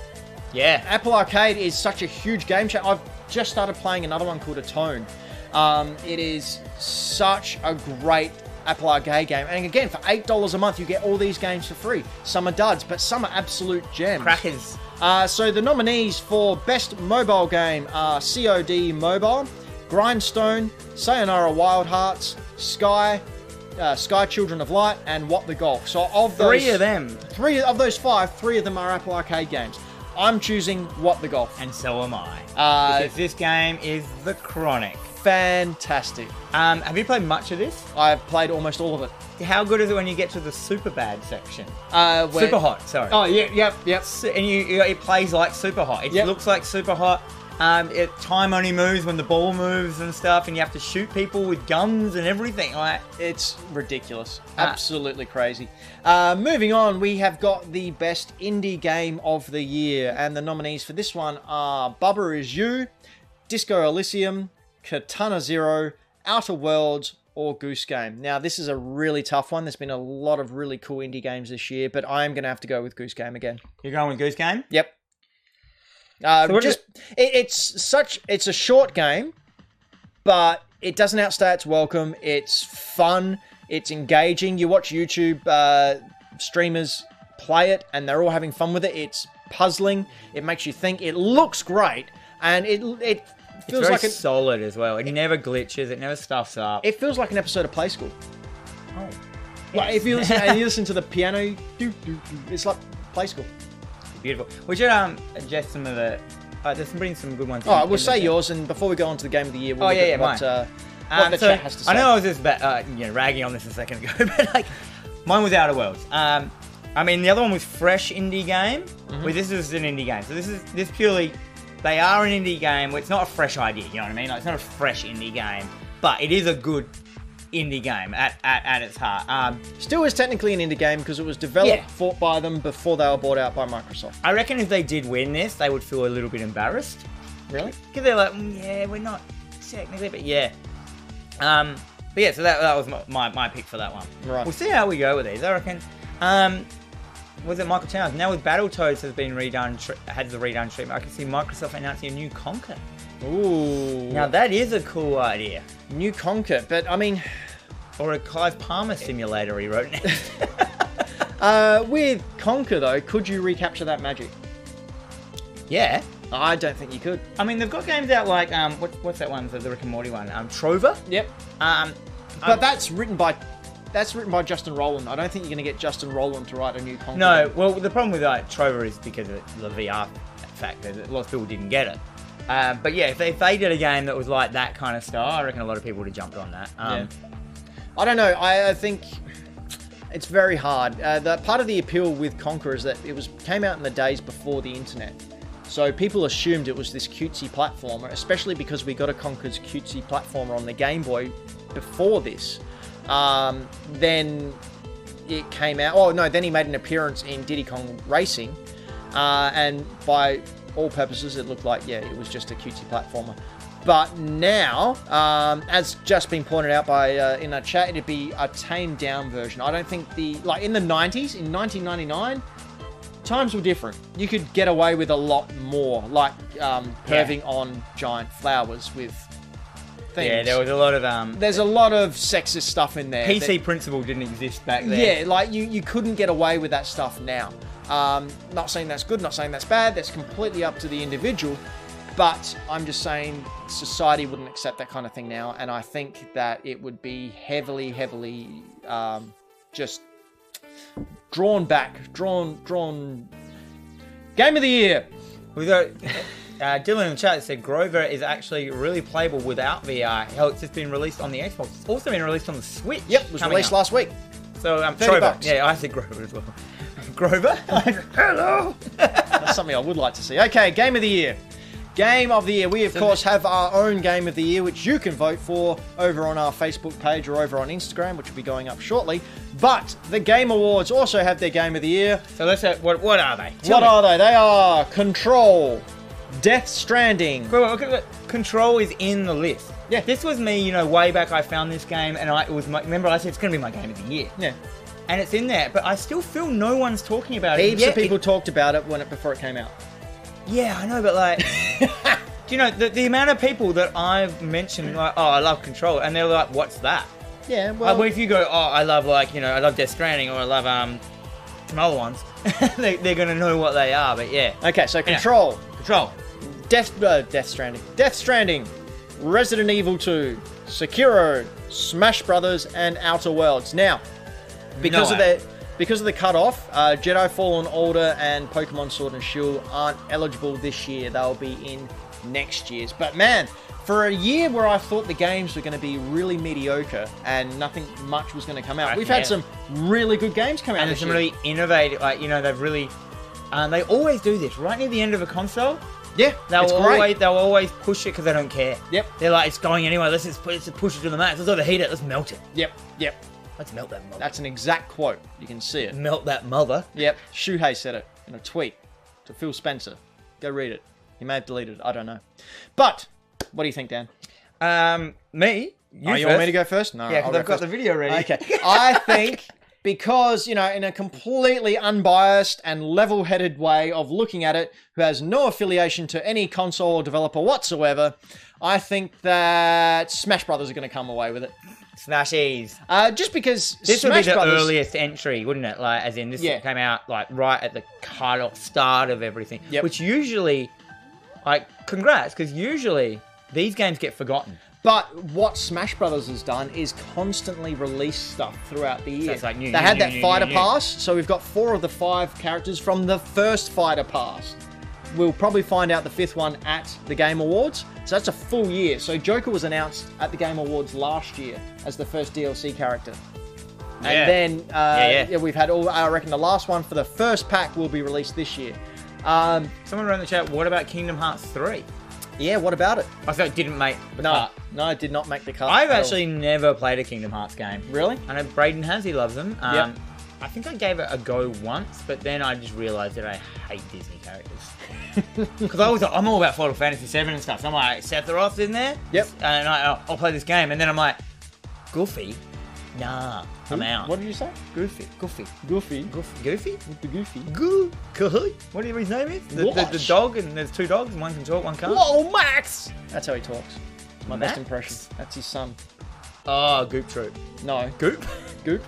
[SPEAKER 2] Yeah.
[SPEAKER 1] Apple Arcade is such a huge game changer. I've just started playing another one called Atone. Um, it is such a great Apple Arcade game. And again, for $8 a month, you get all these games for free. Some are duds, but some are absolute gems.
[SPEAKER 2] Crackers.
[SPEAKER 1] Uh, so the nominees for Best Mobile Game are COD Mobile, Grindstone, Sayonara Wild Hearts, Sky, uh, Sky Children of Light, and What the Golf. So of those,
[SPEAKER 2] Three of them.
[SPEAKER 1] three of those five, three of them are Apple Arcade games. I'm choosing What the Golf.
[SPEAKER 2] And so am I.
[SPEAKER 1] Uh,
[SPEAKER 2] because this game is the chronic.
[SPEAKER 1] Fantastic.
[SPEAKER 2] Um, have you played much of this?
[SPEAKER 1] I've played almost all of it.
[SPEAKER 2] How good is it when you get to the super bad section?
[SPEAKER 1] Uh, where-
[SPEAKER 2] Super hot, sorry.
[SPEAKER 1] Oh yeah, yep, yep.
[SPEAKER 2] S- and you, you it plays like super hot. It
[SPEAKER 1] Yep.
[SPEAKER 2] looks like super hot. Um, it, time only moves when the ball moves and stuff, and you have to shoot people with guns and everything. Like
[SPEAKER 1] It's ridiculous.
[SPEAKER 2] Ah.
[SPEAKER 1] Absolutely crazy. Uh, moving on, we have got the best indie game of the year, and the nominees for this one are Bubba Is You, Disco Elysium, Katana Zero, Outer Worlds, or Goose Game. Now, this is a really tough one. There's been a lot of really cool indie games this year, but I am going to have to go with Goose Game again.
[SPEAKER 2] you're going with Goose Game.
[SPEAKER 1] Yep. Uh,
[SPEAKER 2] So what
[SPEAKER 1] just it, it's such it's a short game, but it doesn't outstay its welcome. It's fun. It's engaging. You watch YouTube uh, streamers play it, and they're all having fun with it. It's puzzling. It makes you think. It looks great, and it it
[SPEAKER 2] It's
[SPEAKER 1] feels
[SPEAKER 2] very
[SPEAKER 1] like an,
[SPEAKER 2] solid as well. It, never glitches. It never stuffs up.
[SPEAKER 1] it feels like an episode of Play School.
[SPEAKER 2] oh.
[SPEAKER 1] Like if you listen and you listen to the piano, doo, doo, doo, it's like Play School.
[SPEAKER 2] Beautiful. We should um adjust some of the. Uh, there's bring some good ones.
[SPEAKER 1] All right,
[SPEAKER 2] in-
[SPEAKER 1] we'll
[SPEAKER 2] in the
[SPEAKER 1] Oh, say
[SPEAKER 2] thing.
[SPEAKER 1] yours, and before we go on to the game of the year, we'll
[SPEAKER 2] Oh,
[SPEAKER 1] look
[SPEAKER 2] yeah,
[SPEAKER 1] at
[SPEAKER 2] yeah,
[SPEAKER 1] what,
[SPEAKER 2] mine.
[SPEAKER 1] uh, what
[SPEAKER 2] Um,
[SPEAKER 1] the
[SPEAKER 2] so,
[SPEAKER 1] chat has to say.
[SPEAKER 2] I know I was just ba- uh, you know, ragging on this a second ago, but like mine was Outer Worlds. Um, I mean, the other one was fresh indie game,
[SPEAKER 1] Mm-hmm.
[SPEAKER 2] but this is an indie game. So this is this purely they are an indie game. Where it's not a fresh idea. You know what I mean? Like, it's not a fresh indie game, but it is a good indie game at at, at its heart. Um,
[SPEAKER 1] Still is technically an indie game because it was developed
[SPEAKER 2] Yeah.
[SPEAKER 1] for, by them before they were bought out by Microsoft.
[SPEAKER 2] I reckon if they did win this, they would feel a little bit embarrassed.
[SPEAKER 1] Really?
[SPEAKER 2] Because they're like, "Mm, yeah, we're not technically, but yeah. Um, but yeah, so that, that was my, my, my pick for that one.
[SPEAKER 1] Right.
[SPEAKER 2] We'll see how we go with these. I reckon. Um, was it Michael Towers? Now with Battletoads has been redone, tr- had the redone treatment. I can see Microsoft announcing a new Conquer.
[SPEAKER 1] Ooh.
[SPEAKER 2] Now that is a cool idea.
[SPEAKER 1] New Conquer, but I mean,
[SPEAKER 2] Or a Clive Palmer simulator he wrote next.
[SPEAKER 1] uh, with Conquer though, could you recapture that magic?
[SPEAKER 2] yeah.
[SPEAKER 1] I don't think you could.
[SPEAKER 2] I mean, they've got games out like um, what, what's that one? The, the Rick and Morty one. Um, Trover.
[SPEAKER 1] Yep.
[SPEAKER 2] Um,
[SPEAKER 1] But that's written by that's written by Justin Rowland. I don't think you're going to get Justin Rowland to write a new Conquer.
[SPEAKER 2] No, well, the problem with like, Trover is because of the VR factor. that Lots of people didn't get it. Uh, but yeah, if they, if they did a game that was like that kind of style, I reckon a lot of people would have jumped on that. Um,
[SPEAKER 1] I don't know. I, I think it's very hard. Uh, the part of the appeal with Conquer is that it was came out in the days before the internet, so people assumed it was this cutesy platformer, especially because we got a Conquer's cutesy platformer on the Game Boy before this. Um, then it came out. Oh no, then he made an appearance in Diddy Kong Racing, uh, and by all purposes, it looked like yeah, it was just a cutesy platformer. But now, um, as just been pointed out by uh, in our chat, it'd be a tamed down version. I don't think the like in the '90s, in 1999, times were different. You could get away with a lot more, like um,
[SPEAKER 2] Yeah.
[SPEAKER 1] curving on giant flowers with things.
[SPEAKER 2] yeah, there was a lot of um,
[SPEAKER 1] There's a lot of sexist stuff in there. that-
[SPEAKER 2] PC principle didn't exist back then.
[SPEAKER 1] yeah, like you, you couldn't get away with that stuff now. Um, not saying that's good, not saying that's bad. That's completely up to the individual. But I'm just saying society wouldn't accept that kind of thing now, and I think that it would be heavily, heavily um, just drawn back, drawn, drawn. Game of the year.
[SPEAKER 2] We got uh, Dylan in the chat said Grover is actually really playable without VR. Hell, it's just been released on the Xbox. It's also been released on the Switch.
[SPEAKER 1] Yep, was
[SPEAKER 2] coming
[SPEAKER 1] released
[SPEAKER 2] up.
[SPEAKER 1] last week.
[SPEAKER 2] So um,
[SPEAKER 1] 30
[SPEAKER 2] Trover.
[SPEAKER 1] bucks.
[SPEAKER 2] Yeah, I said Grover as well. Grover. Hello.
[SPEAKER 1] That's something I would like to see. Okay, game of the year. Game of the year. We, of course, have our own game of the year, which you can vote for over on our Facebook page or over on Instagram, which will be going up shortly. But the Game Awards also have their game of the year.
[SPEAKER 2] So let's. Have, what, what are they?
[SPEAKER 1] what
[SPEAKER 2] Tell me.
[SPEAKER 1] are they? They are Control, Death Stranding.
[SPEAKER 2] Wait, wait, look at the- Control is in the list.
[SPEAKER 1] Yeah.
[SPEAKER 2] This was me, you know, way back. I found this game, and I it was my, remember I said it's going to be my game of the year,
[SPEAKER 1] Yeah.
[SPEAKER 2] and it's in there. But I still feel no one's talking about it.
[SPEAKER 1] Heaps
[SPEAKER 2] yet.
[SPEAKER 1] of people
[SPEAKER 2] It-
[SPEAKER 1] talked about it when it before it came out.
[SPEAKER 2] Yeah, I know, but like, do you know the, the amount of people that I've mentioned like, oh, I love Control, and they're like, what's that?
[SPEAKER 1] Yeah,
[SPEAKER 2] Like,
[SPEAKER 1] well,
[SPEAKER 2] well, if you go, oh, I love like you know, I love Death Stranding, or I love um, some other ones, they, they're gonna know what they are. But yeah,
[SPEAKER 1] okay. So Control,
[SPEAKER 2] Control.
[SPEAKER 1] Death, uh, Death Stranding, Death Stranding, Resident Evil 2, Sekiro, Smash Brothers, and Outer Worlds. Now, because
[SPEAKER 2] No
[SPEAKER 1] of
[SPEAKER 2] way.
[SPEAKER 1] the because of the cutoff, uh, Jedi Fallen Order and Pokemon Sword and Shield aren't eligible this year. They'll be in next year's. But man, for a year where I thought the games were going to be really mediocre and nothing much was going to come out,
[SPEAKER 2] I
[SPEAKER 1] we've
[SPEAKER 2] think
[SPEAKER 1] had
[SPEAKER 2] it-
[SPEAKER 1] some really good games come out.
[SPEAKER 2] and
[SPEAKER 1] this
[SPEAKER 2] it's
[SPEAKER 1] year.
[SPEAKER 2] really innovative. Like you know, they've really, um, they always do this right near the end of a console.
[SPEAKER 1] yeah,
[SPEAKER 2] They'll
[SPEAKER 1] it's great.
[SPEAKER 2] always they'll always push it because they don't care.
[SPEAKER 1] Yep.
[SPEAKER 2] They're like, it's going anyway. Let's just, let's just push it to the max. Let's overheat it. Let's melt it.
[SPEAKER 1] Yep, yep.
[SPEAKER 2] Let's melt that mother.
[SPEAKER 1] That's an exact quote. You can see it.
[SPEAKER 2] melt that mother.
[SPEAKER 1] Yep, Shuhei said it in a tweet to Phil Spencer. Go read it. He may have deleted it. I don't know. But what do you think, Dan?
[SPEAKER 2] Um, me. You
[SPEAKER 1] oh, you want me to go first? No,
[SPEAKER 2] Yeah,
[SPEAKER 1] I'll
[SPEAKER 2] because
[SPEAKER 1] go
[SPEAKER 2] I've got
[SPEAKER 1] first.
[SPEAKER 2] the video ready.
[SPEAKER 1] Okay, I think because you know, in a completely unbiased and level-headed way of looking at it, who has no affiliation to any console or developer whatsoever, I think that Smash Brothers are going to come away with it.
[SPEAKER 2] Smashies.
[SPEAKER 1] Uh, just because
[SPEAKER 2] This
[SPEAKER 1] Smash
[SPEAKER 2] would be the
[SPEAKER 1] Brothers,
[SPEAKER 2] earliest entry, wouldn't it? Like, as in this
[SPEAKER 1] Yeah.
[SPEAKER 2] came out like right at the cut start of everything.
[SPEAKER 1] Yep.
[SPEAKER 2] Which usually, like, congrats, because usually these games get forgotten.
[SPEAKER 1] But what Smash Brothers has done is constantly release stuff throughout the year.
[SPEAKER 2] it's like new,
[SPEAKER 1] they
[SPEAKER 2] new,
[SPEAKER 1] had
[SPEAKER 2] new,
[SPEAKER 1] that
[SPEAKER 2] new,
[SPEAKER 1] fighter
[SPEAKER 2] new, new.
[SPEAKER 1] pass, so we've got four of the five characters from the first fighter pass. We'll probably find out the fifth one at the Game Awards. So that's a full year. So Joker was announced at the Game Awards last year as the first DLC character.
[SPEAKER 2] Yeah.
[SPEAKER 1] And then uh,
[SPEAKER 2] Yeah, yeah.
[SPEAKER 1] yeah, we've had all. I reckon the last one for the first pack will be released this year. Um,
[SPEAKER 2] Someone wrote in the chat, what about Kingdom Hearts 3?
[SPEAKER 1] yeah, what about it?
[SPEAKER 2] I thought it didn't make the
[SPEAKER 1] No,
[SPEAKER 2] cut.
[SPEAKER 1] no, it did not make the cut.
[SPEAKER 2] I've
[SPEAKER 1] at all.
[SPEAKER 2] actually never played a Kingdom Hearts game.
[SPEAKER 1] really.
[SPEAKER 2] I know Braden has, he loves them. Um,
[SPEAKER 1] Yep.
[SPEAKER 2] I think I gave it a go once, but then I just realised that I hate Disney characters. Because I was, I'm all about Final Fantasy VII and stuff. So I'm like, Sephiroth's in there.
[SPEAKER 1] Yep.
[SPEAKER 2] And I, I'll, I'll play this game, and then I'm like, Goofy, nah, I'm out.
[SPEAKER 1] What did you say?
[SPEAKER 2] Goofy, Goofy,
[SPEAKER 1] Goofy.
[SPEAKER 2] Goofy, Goofy,
[SPEAKER 1] With the Goofy.
[SPEAKER 2] Goo, Goo, whatever his name is. The, the, the
[SPEAKER 1] Gosh.
[SPEAKER 2] dog, and there's two dogs, and one can talk, one can't.
[SPEAKER 1] Whoa, Max! That's how he talks. My
[SPEAKER 2] Max?
[SPEAKER 1] best impression. That's his son.
[SPEAKER 2] Oh, Goop Troop,
[SPEAKER 1] No,
[SPEAKER 2] Goop.
[SPEAKER 1] Goop.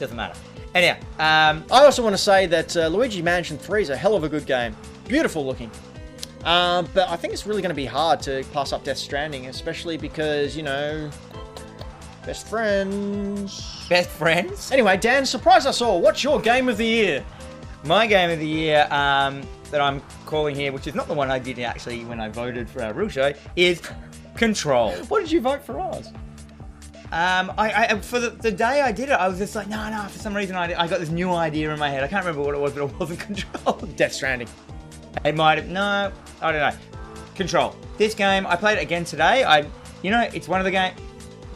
[SPEAKER 2] Doesn't matter. Anyhow, um,
[SPEAKER 1] I also want to say that uh, Luigi Mansion 3 is a hell of a good game. Beautiful looking. Um, but I think it's really going to be hard to pass up Death Stranding, especially because, you know, best friends.
[SPEAKER 2] best friends.
[SPEAKER 1] Anyway, Dan, surprise us all. What's your game of the year?
[SPEAKER 2] My game of the year um, that I'm calling here, which is not the one I did actually when I voted for our real show, is Control.
[SPEAKER 1] What did you vote for ours?
[SPEAKER 2] Um, I, I for the, the day I did it, I was just like, no, no. For some reason, I, did- I got this new idea in my head. I can't remember what it was, but it wasn't Control.
[SPEAKER 1] Death Stranding.
[SPEAKER 2] It might have. No, I don't know. Control. This game, I played it again today. I, you know, it's one of the game.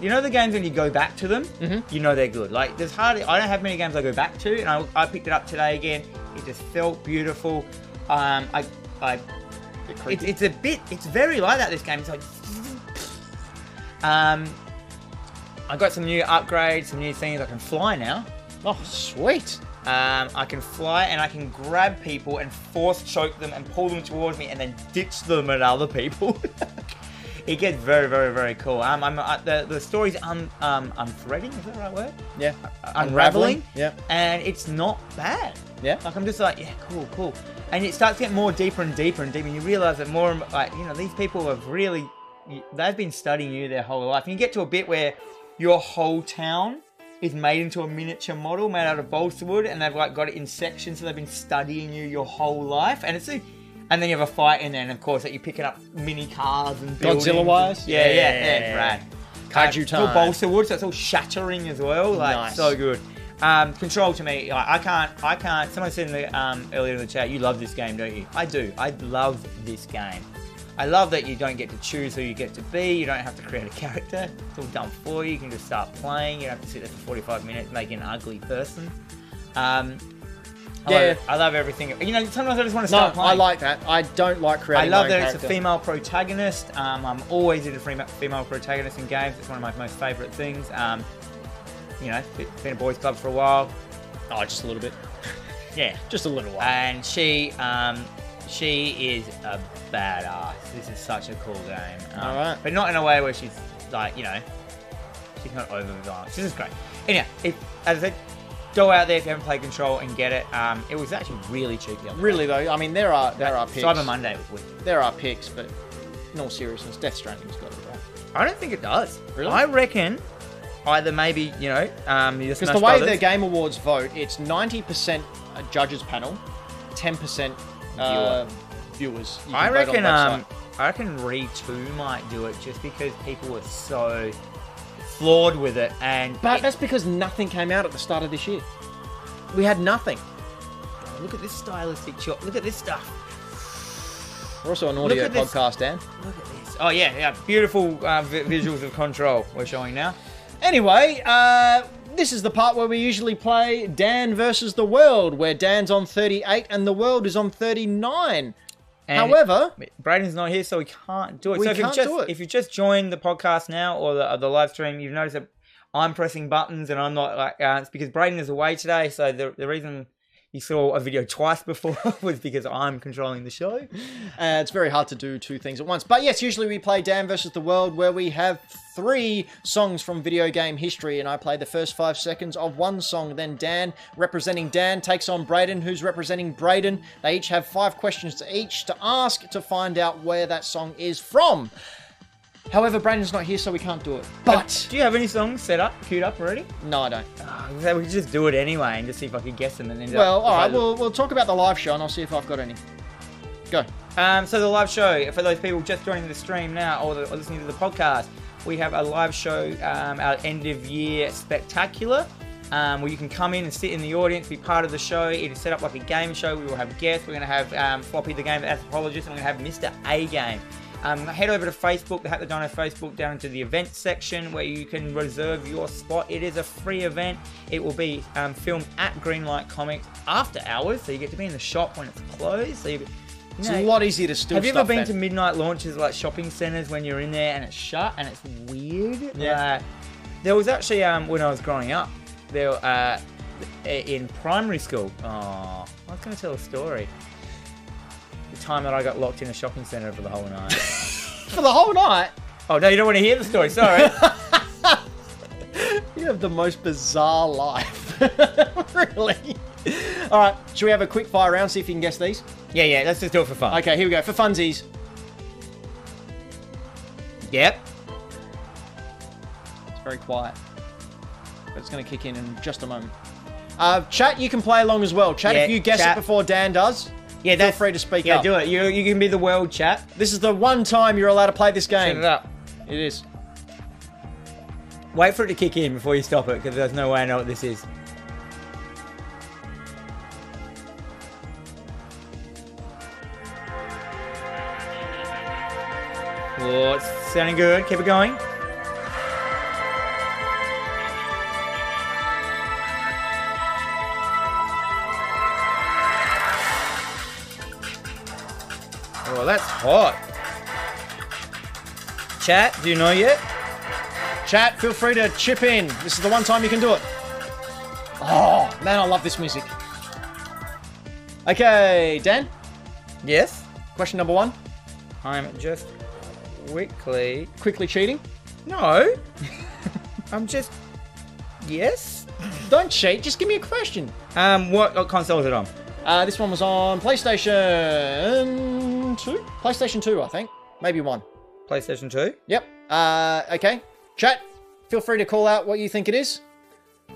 [SPEAKER 2] You know the games when you go back to them, you know they're good. Like there's hardly. I don't have many games I go back to, and I, I picked it up today again. It just felt beautiful. Um, I, I, it's, it's a bit. It's very like that. This game. It's like. Um, I got some new upgrades, some new things. I can fly now.
[SPEAKER 1] Oh, sweet.
[SPEAKER 2] Um, I can fly and I can grab people and force choke them and pull them towards me and then ditch them at other people. it gets very, very, very cool. Um, I'm, uh, the, the story's un, um, unthreading, is that the right word?
[SPEAKER 1] Yeah.
[SPEAKER 2] Uh, Unraveling.
[SPEAKER 1] Yeah.
[SPEAKER 2] And it's not bad.
[SPEAKER 1] Yeah.
[SPEAKER 2] Like, I'm just like, yeah, cool, cool. And it starts to get more deeper and deeper and deeper. And you realize that more, and like, you know, these people have really, they've been studying you their whole life. And you get to a bit where your whole town is made into a miniature model made out of balsa wood and they've like got it in sections so they've been studying you your whole life and it's a, and then you have a fight in there and of course that you're picking up mini cars and buildings and-
[SPEAKER 1] Godzilla-wise?
[SPEAKER 2] yeah yeah
[SPEAKER 1] Yeah,
[SPEAKER 2] yeah,
[SPEAKER 1] yeah, yeah.
[SPEAKER 2] right
[SPEAKER 1] Kaiju
[SPEAKER 2] it's all
[SPEAKER 1] time.
[SPEAKER 2] balsa wood so it's all shattering as well like
[SPEAKER 1] Nice.
[SPEAKER 2] so good um, control to me like, I can't I can't someone said in the um, earlier in the chat you love this game don't you I do I love this game I love that you don't get to choose who you get to be. You don't have to create a character. It's all done for you. You can just start playing. You don't have to sit there for 45 minutes making an ugly person. Um, I,
[SPEAKER 1] Yeah.
[SPEAKER 2] love, I love everything. You know, sometimes I just want to
[SPEAKER 1] No,
[SPEAKER 2] start playing.
[SPEAKER 1] I like that. I don't like
[SPEAKER 2] I
[SPEAKER 1] creating my
[SPEAKER 2] love
[SPEAKER 1] own
[SPEAKER 2] that it's a
[SPEAKER 1] character.
[SPEAKER 2] female protagonist. Um, I'm always into fema- female protagonists in games. It's one of my most favourite things. Um, you know, it's been a boys' club for a while.
[SPEAKER 1] Oh, just a little bit.
[SPEAKER 2] Yeah.
[SPEAKER 1] Just a little while.
[SPEAKER 2] And she, um, She is a badass. This is such a cool game. Um,
[SPEAKER 1] Alright.
[SPEAKER 2] But not in a way where she's like, you know, she's not over violent. She's just great. Anyhow, if, as I said, go out there if you haven't played Control and get it. Um, it was actually really cheeky on the
[SPEAKER 1] Uh, Really though, I mean there are there are picks.
[SPEAKER 2] Cyber Monday was wicked.
[SPEAKER 1] There are picks, but in all seriousness, Death Stranding's got it right.
[SPEAKER 2] I don't think it does.
[SPEAKER 1] Really?
[SPEAKER 2] I reckon either maybe, you know, um, you
[SPEAKER 1] Because the way the Game Awards vote, it's 90% a judges panel, 10% uh, viewers. You can
[SPEAKER 2] I
[SPEAKER 1] vote on the
[SPEAKER 2] reckon
[SPEAKER 1] website.
[SPEAKER 2] um, I reckon Re Two might do it just because people were so flawed with it, and
[SPEAKER 1] But
[SPEAKER 2] it-
[SPEAKER 1] that's because nothing came out at the start of this year. We had nothing.
[SPEAKER 2] look at this stylistic shot. Look at this stuff.
[SPEAKER 1] We're also an
[SPEAKER 2] Look
[SPEAKER 1] audio
[SPEAKER 2] at this.
[SPEAKER 1] podcast, Dan.
[SPEAKER 2] Look at this. Oh yeah, yeah. Beautiful uh, vi- visuals of Control we're showing now.
[SPEAKER 1] Anyway, uh, this is the part where we usually play Dan versus the world, where Dan's on 38 and the world is on 39.
[SPEAKER 2] And
[SPEAKER 1] However,
[SPEAKER 2] Braden's not here, so we can't do it.
[SPEAKER 1] We
[SPEAKER 2] so if
[SPEAKER 1] can't
[SPEAKER 2] you've just,
[SPEAKER 1] do it.
[SPEAKER 2] If you just joined the podcast now or the, or the live stream, you've noticed that I'm pressing buttons and I'm not like uh, it's because Braden is away today. So the the reason you saw a video twice before was because I'm controlling the show.
[SPEAKER 1] Uh, it's very hard to do two things at once. But yes, usually we play Dan versus the World, where we have three songs from video game history, and I play the first five seconds of one song. Then Dan, representing Dan, takes on Braden, who's representing Braden. They each have five questions to each to ask to find out where that song is from. However, Braden's not here, so we can't do it. But
[SPEAKER 2] Do you have any songs set up, queued up already?
[SPEAKER 1] no, I don't.
[SPEAKER 2] Oh, so we could just do it anyway and just see if I could guess them and then.
[SPEAKER 1] Well, all right, we'll we'll talk about the live show, and I'll see if I've got any. Go.
[SPEAKER 2] Um, so the live show for those people just joining the stream now or, the, or listening to the podcast, we have a live show, um, our end of year spectacular, um, where you can come in and sit in the audience, be part of the show. It is set up like a game show. We will have guests. We're going to have um, Floppy the game anthropologist, and we're going to have Mr. A Game. Um, head over to Facebook, the Hack the Dino Facebook, down into the events section where you can reserve your spot. It is a free event. It will be um, filmed at Greenlight Comics after hours, so you get to be in the shop when it's closed. So you,
[SPEAKER 1] It's
[SPEAKER 2] No.
[SPEAKER 1] a lot easier to steal
[SPEAKER 2] Have you ever
[SPEAKER 1] stuff
[SPEAKER 2] been
[SPEAKER 1] than-
[SPEAKER 2] to midnight launches like shopping centers when you're in there and it's shut and it's weird?
[SPEAKER 1] Yeah.
[SPEAKER 2] Like, there was actually um, when I was growing up, there uh, in primary school. Oh, I was going to tell a story. The time that I got locked in a shopping center for the whole night.
[SPEAKER 1] for the whole night?
[SPEAKER 2] oh no, you don't want to hear the story. Sorry.
[SPEAKER 1] You have the most bizarre life. really? All right, should we have a quick fire round, see if you can guess these?
[SPEAKER 2] yeah, yeah. Let's just do it for fun.
[SPEAKER 1] Okay, here we go. For funsies,
[SPEAKER 2] Yep.
[SPEAKER 1] it's very quiet. But it's going to kick in in just a moment. Uh, chat, you can play along as well. Chat, if
[SPEAKER 2] Yeah,
[SPEAKER 1] you guess
[SPEAKER 2] chat.
[SPEAKER 1] it before Dan does,
[SPEAKER 2] Yeah, that's
[SPEAKER 1] free to speak
[SPEAKER 2] Yeah,
[SPEAKER 1] up.
[SPEAKER 2] do it. You you can be the world chat.
[SPEAKER 1] this is the one time you're allowed to play this
[SPEAKER 2] Turn
[SPEAKER 1] game.
[SPEAKER 2] it up.
[SPEAKER 1] It is.
[SPEAKER 2] Wait for it to kick in before you stop it, because there's no way I know what this is. Oh, it's sounding good. Keep it going. Oh, that's hot. Chat, do you know yet?
[SPEAKER 1] Chat, feel free to chip in. This is the one time you can do it. Oh, man, I love this music. Okay, Dan,
[SPEAKER 2] Yes.
[SPEAKER 1] question number one
[SPEAKER 2] I'm just quickly.
[SPEAKER 1] quickly cheating.
[SPEAKER 2] No. I'm just. Yes.
[SPEAKER 1] Don't cheat, just give me a question.
[SPEAKER 2] Um, what, what console is it on?
[SPEAKER 1] Uh, this one was on PlayStation 2? PlayStation 2, I think. Maybe 1.
[SPEAKER 2] PlayStation 2.
[SPEAKER 1] Yep. Uh, okay. Chat, feel free to call out what you think it is.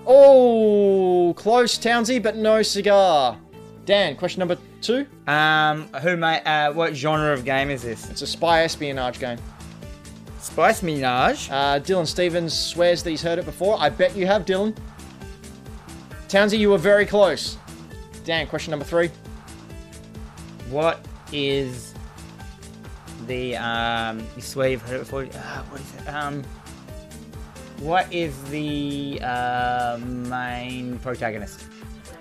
[SPEAKER 1] Oh, close, Townsy, but no cigar. Dan, question number two.
[SPEAKER 2] Um, who made? Uh, what genre of game is this?
[SPEAKER 1] It's a spy espionage game.
[SPEAKER 2] Spice Minage.
[SPEAKER 1] Uh, Dylan Stevens swears that he's heard it before. I bet you have, Dylan. Townsy, you were very close. Dan, question number three.
[SPEAKER 2] What is the um? You swear you've heard it before. Uh, what is it? Um, what is the uh, main protagonist?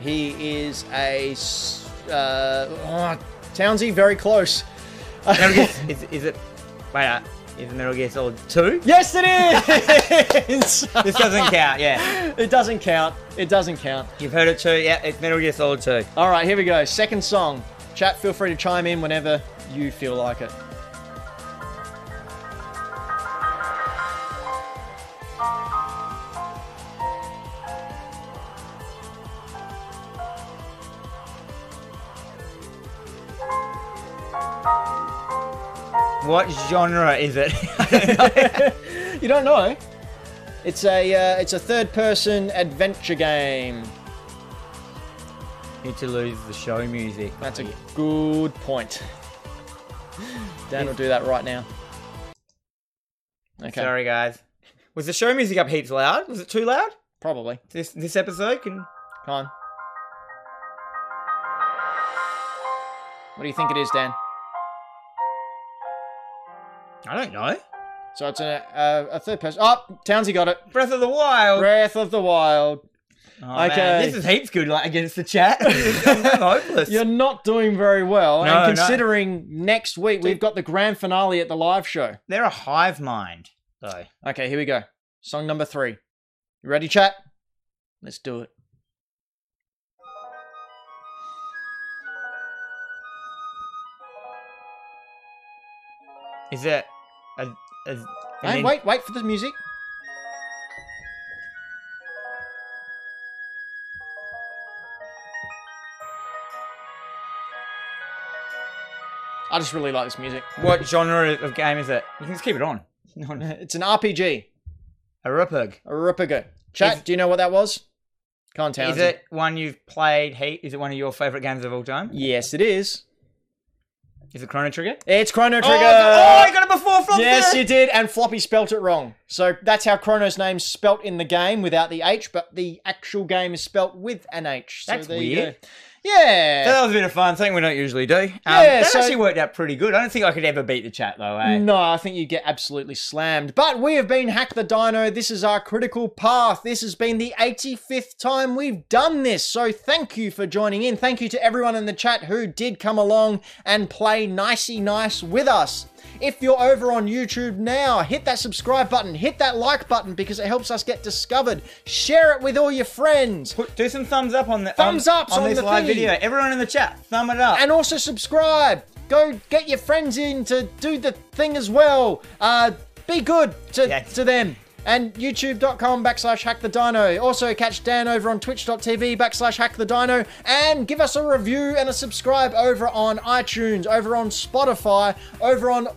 [SPEAKER 1] He is a. s- Uh, oh, Townsy, very close.
[SPEAKER 2] Metal Gear, is, is it? Wait, uh, is Metal Gear Solid Two?
[SPEAKER 1] Yes, it is.
[SPEAKER 2] This doesn't count. Yeah.
[SPEAKER 1] it doesn't count. It doesn't count.
[SPEAKER 2] You've heard it too, yeah, it's Metal Gear Solid 2.
[SPEAKER 1] All right, here we go. Second song. Chat, feel free to chime in whenever you feel like it.
[SPEAKER 2] What genre is it?
[SPEAKER 1] You don't know. It's a uh, it's a third-person adventure game.
[SPEAKER 2] Need to lose the show music.
[SPEAKER 1] That's a good point. Dan will do that right now. Okay,
[SPEAKER 2] Sorry, guys. Was the show music up heaps loud? Was it too loud?
[SPEAKER 1] probably.
[SPEAKER 2] This this episode can.
[SPEAKER 1] Come on. What do you think it is, Dan?
[SPEAKER 2] I don't know.
[SPEAKER 1] So it's a a, a third person. Oh, Townsy got it.
[SPEAKER 2] Breath of the Wild.
[SPEAKER 1] Breath of the Wild.
[SPEAKER 2] Oh, man,
[SPEAKER 1] Okay.
[SPEAKER 2] This is heaps good like, against the chat. I'm hopeless.
[SPEAKER 1] You're not doing very well,
[SPEAKER 2] No, no.
[SPEAKER 1] and considering next week we've got the grand finale at the live show.
[SPEAKER 2] They're a hive mind, though.
[SPEAKER 1] Okay, here we go. Song number three. You ready, chat? Let's do it.
[SPEAKER 2] Is it a. a an
[SPEAKER 1] Hey,
[SPEAKER 2] in-
[SPEAKER 1] wait, wait for the music. I just really like this music.
[SPEAKER 2] What genre of game is it? You can just keep it on. a
[SPEAKER 1] It's an RPG.
[SPEAKER 2] rupug.
[SPEAKER 1] A Rupiger. Chat,
[SPEAKER 2] Is-
[SPEAKER 1] do you know what that was? Can't tell.
[SPEAKER 2] Is it one you've played heat? Is it one of your favourite games of all time?
[SPEAKER 1] Yes, it is.
[SPEAKER 2] Is it Chrono Trigger?
[SPEAKER 1] It's Chrono
[SPEAKER 2] Oh,
[SPEAKER 1] Trigger.
[SPEAKER 2] I got it before from
[SPEAKER 1] Yes,
[SPEAKER 2] there.
[SPEAKER 1] you did, and Floppy spelt it wrong. So that's how Chrono's name's spelt in the game without the H, but the actual game is spelt with an H. So
[SPEAKER 2] That's
[SPEAKER 1] there you go.
[SPEAKER 2] weird. So
[SPEAKER 1] Yeah.
[SPEAKER 2] that was a bit of fun, something we don't usually do. Um,
[SPEAKER 1] Yeah,
[SPEAKER 2] that
[SPEAKER 1] so-
[SPEAKER 2] actually worked out pretty good. I don't think I could ever beat the chat though, eh?
[SPEAKER 1] No, I think you get absolutely slammed. But we have been Hack the Dino. This is our critical path. This has been the 85th time we've done this. So thank you for joining in. Thank you to everyone in the chat who did come along and play nicey nice with us. If you're over on YouTube now, hit that subscribe button, hit that like button because it helps us get discovered. Share it with all your friends.
[SPEAKER 2] Put, do some thumbs up on the
[SPEAKER 1] Thumbs
[SPEAKER 2] on,
[SPEAKER 1] ups
[SPEAKER 2] on,
[SPEAKER 1] on
[SPEAKER 2] this
[SPEAKER 1] the
[SPEAKER 2] live
[SPEAKER 1] thingy.
[SPEAKER 2] video. Everyone in the chat, thumb it up.
[SPEAKER 1] and also subscribe. Go get your friends in to do the thing as well. Uh, be good to,
[SPEAKER 2] Yes.
[SPEAKER 1] to them. And youtube.com backslash hack the dino. Also catch Dan over on twitch.tv backslash hack the dino. And give us a review and a subscribe over on iTunes, over on Spotify, over on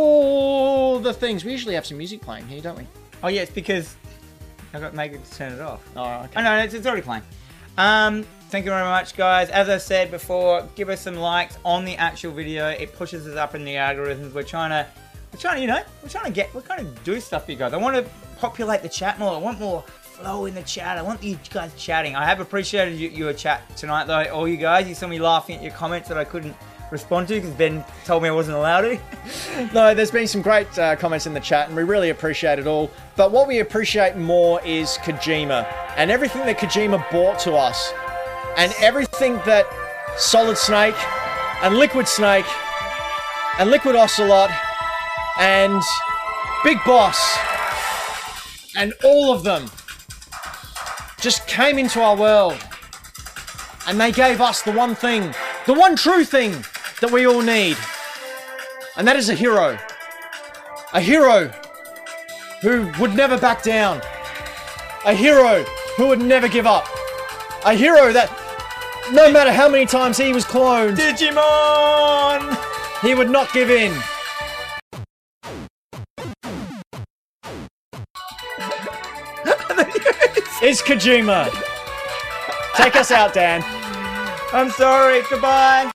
[SPEAKER 1] all the things. We usually have some music playing here, don't we?
[SPEAKER 2] oh yeah, it's because I got Megan to turn it off.
[SPEAKER 1] Oh,
[SPEAKER 2] Oh no, it's, it's already playing. Um, thank you very much, guys. As I said before, give us some likes on the actual video. It pushes us up in the algorithms. We're trying to, we're trying to, you know, we're trying to get, we're trying to do stuff for you guys. I want to populate the chat more. I want more flow in the chat. I want you guys chatting. I have appreciated you, your chat tonight, though. All you guys, you saw me laughing at your comments that I couldn't respond to because Ben told me I wasn't allowed to.
[SPEAKER 1] No, there's been some great uh, comments in the chat, and we really appreciate it all. But what we appreciate more is Kojima and everything that Kojima brought to us, and everything that Solid Snake and Liquid Snake and Liquid Ocelot and Big Boss and all of them just came into our world and they gave us the one thing, the one true thing that we all need. And that is a hero. A hero who would never back down. A hero who would never give up. A hero that, no matter how many times he was cloned,
[SPEAKER 2] Digimon.
[SPEAKER 1] he would not give in. It's Kojima. Take us out, Dan.
[SPEAKER 2] I'm sorry. Goodbye.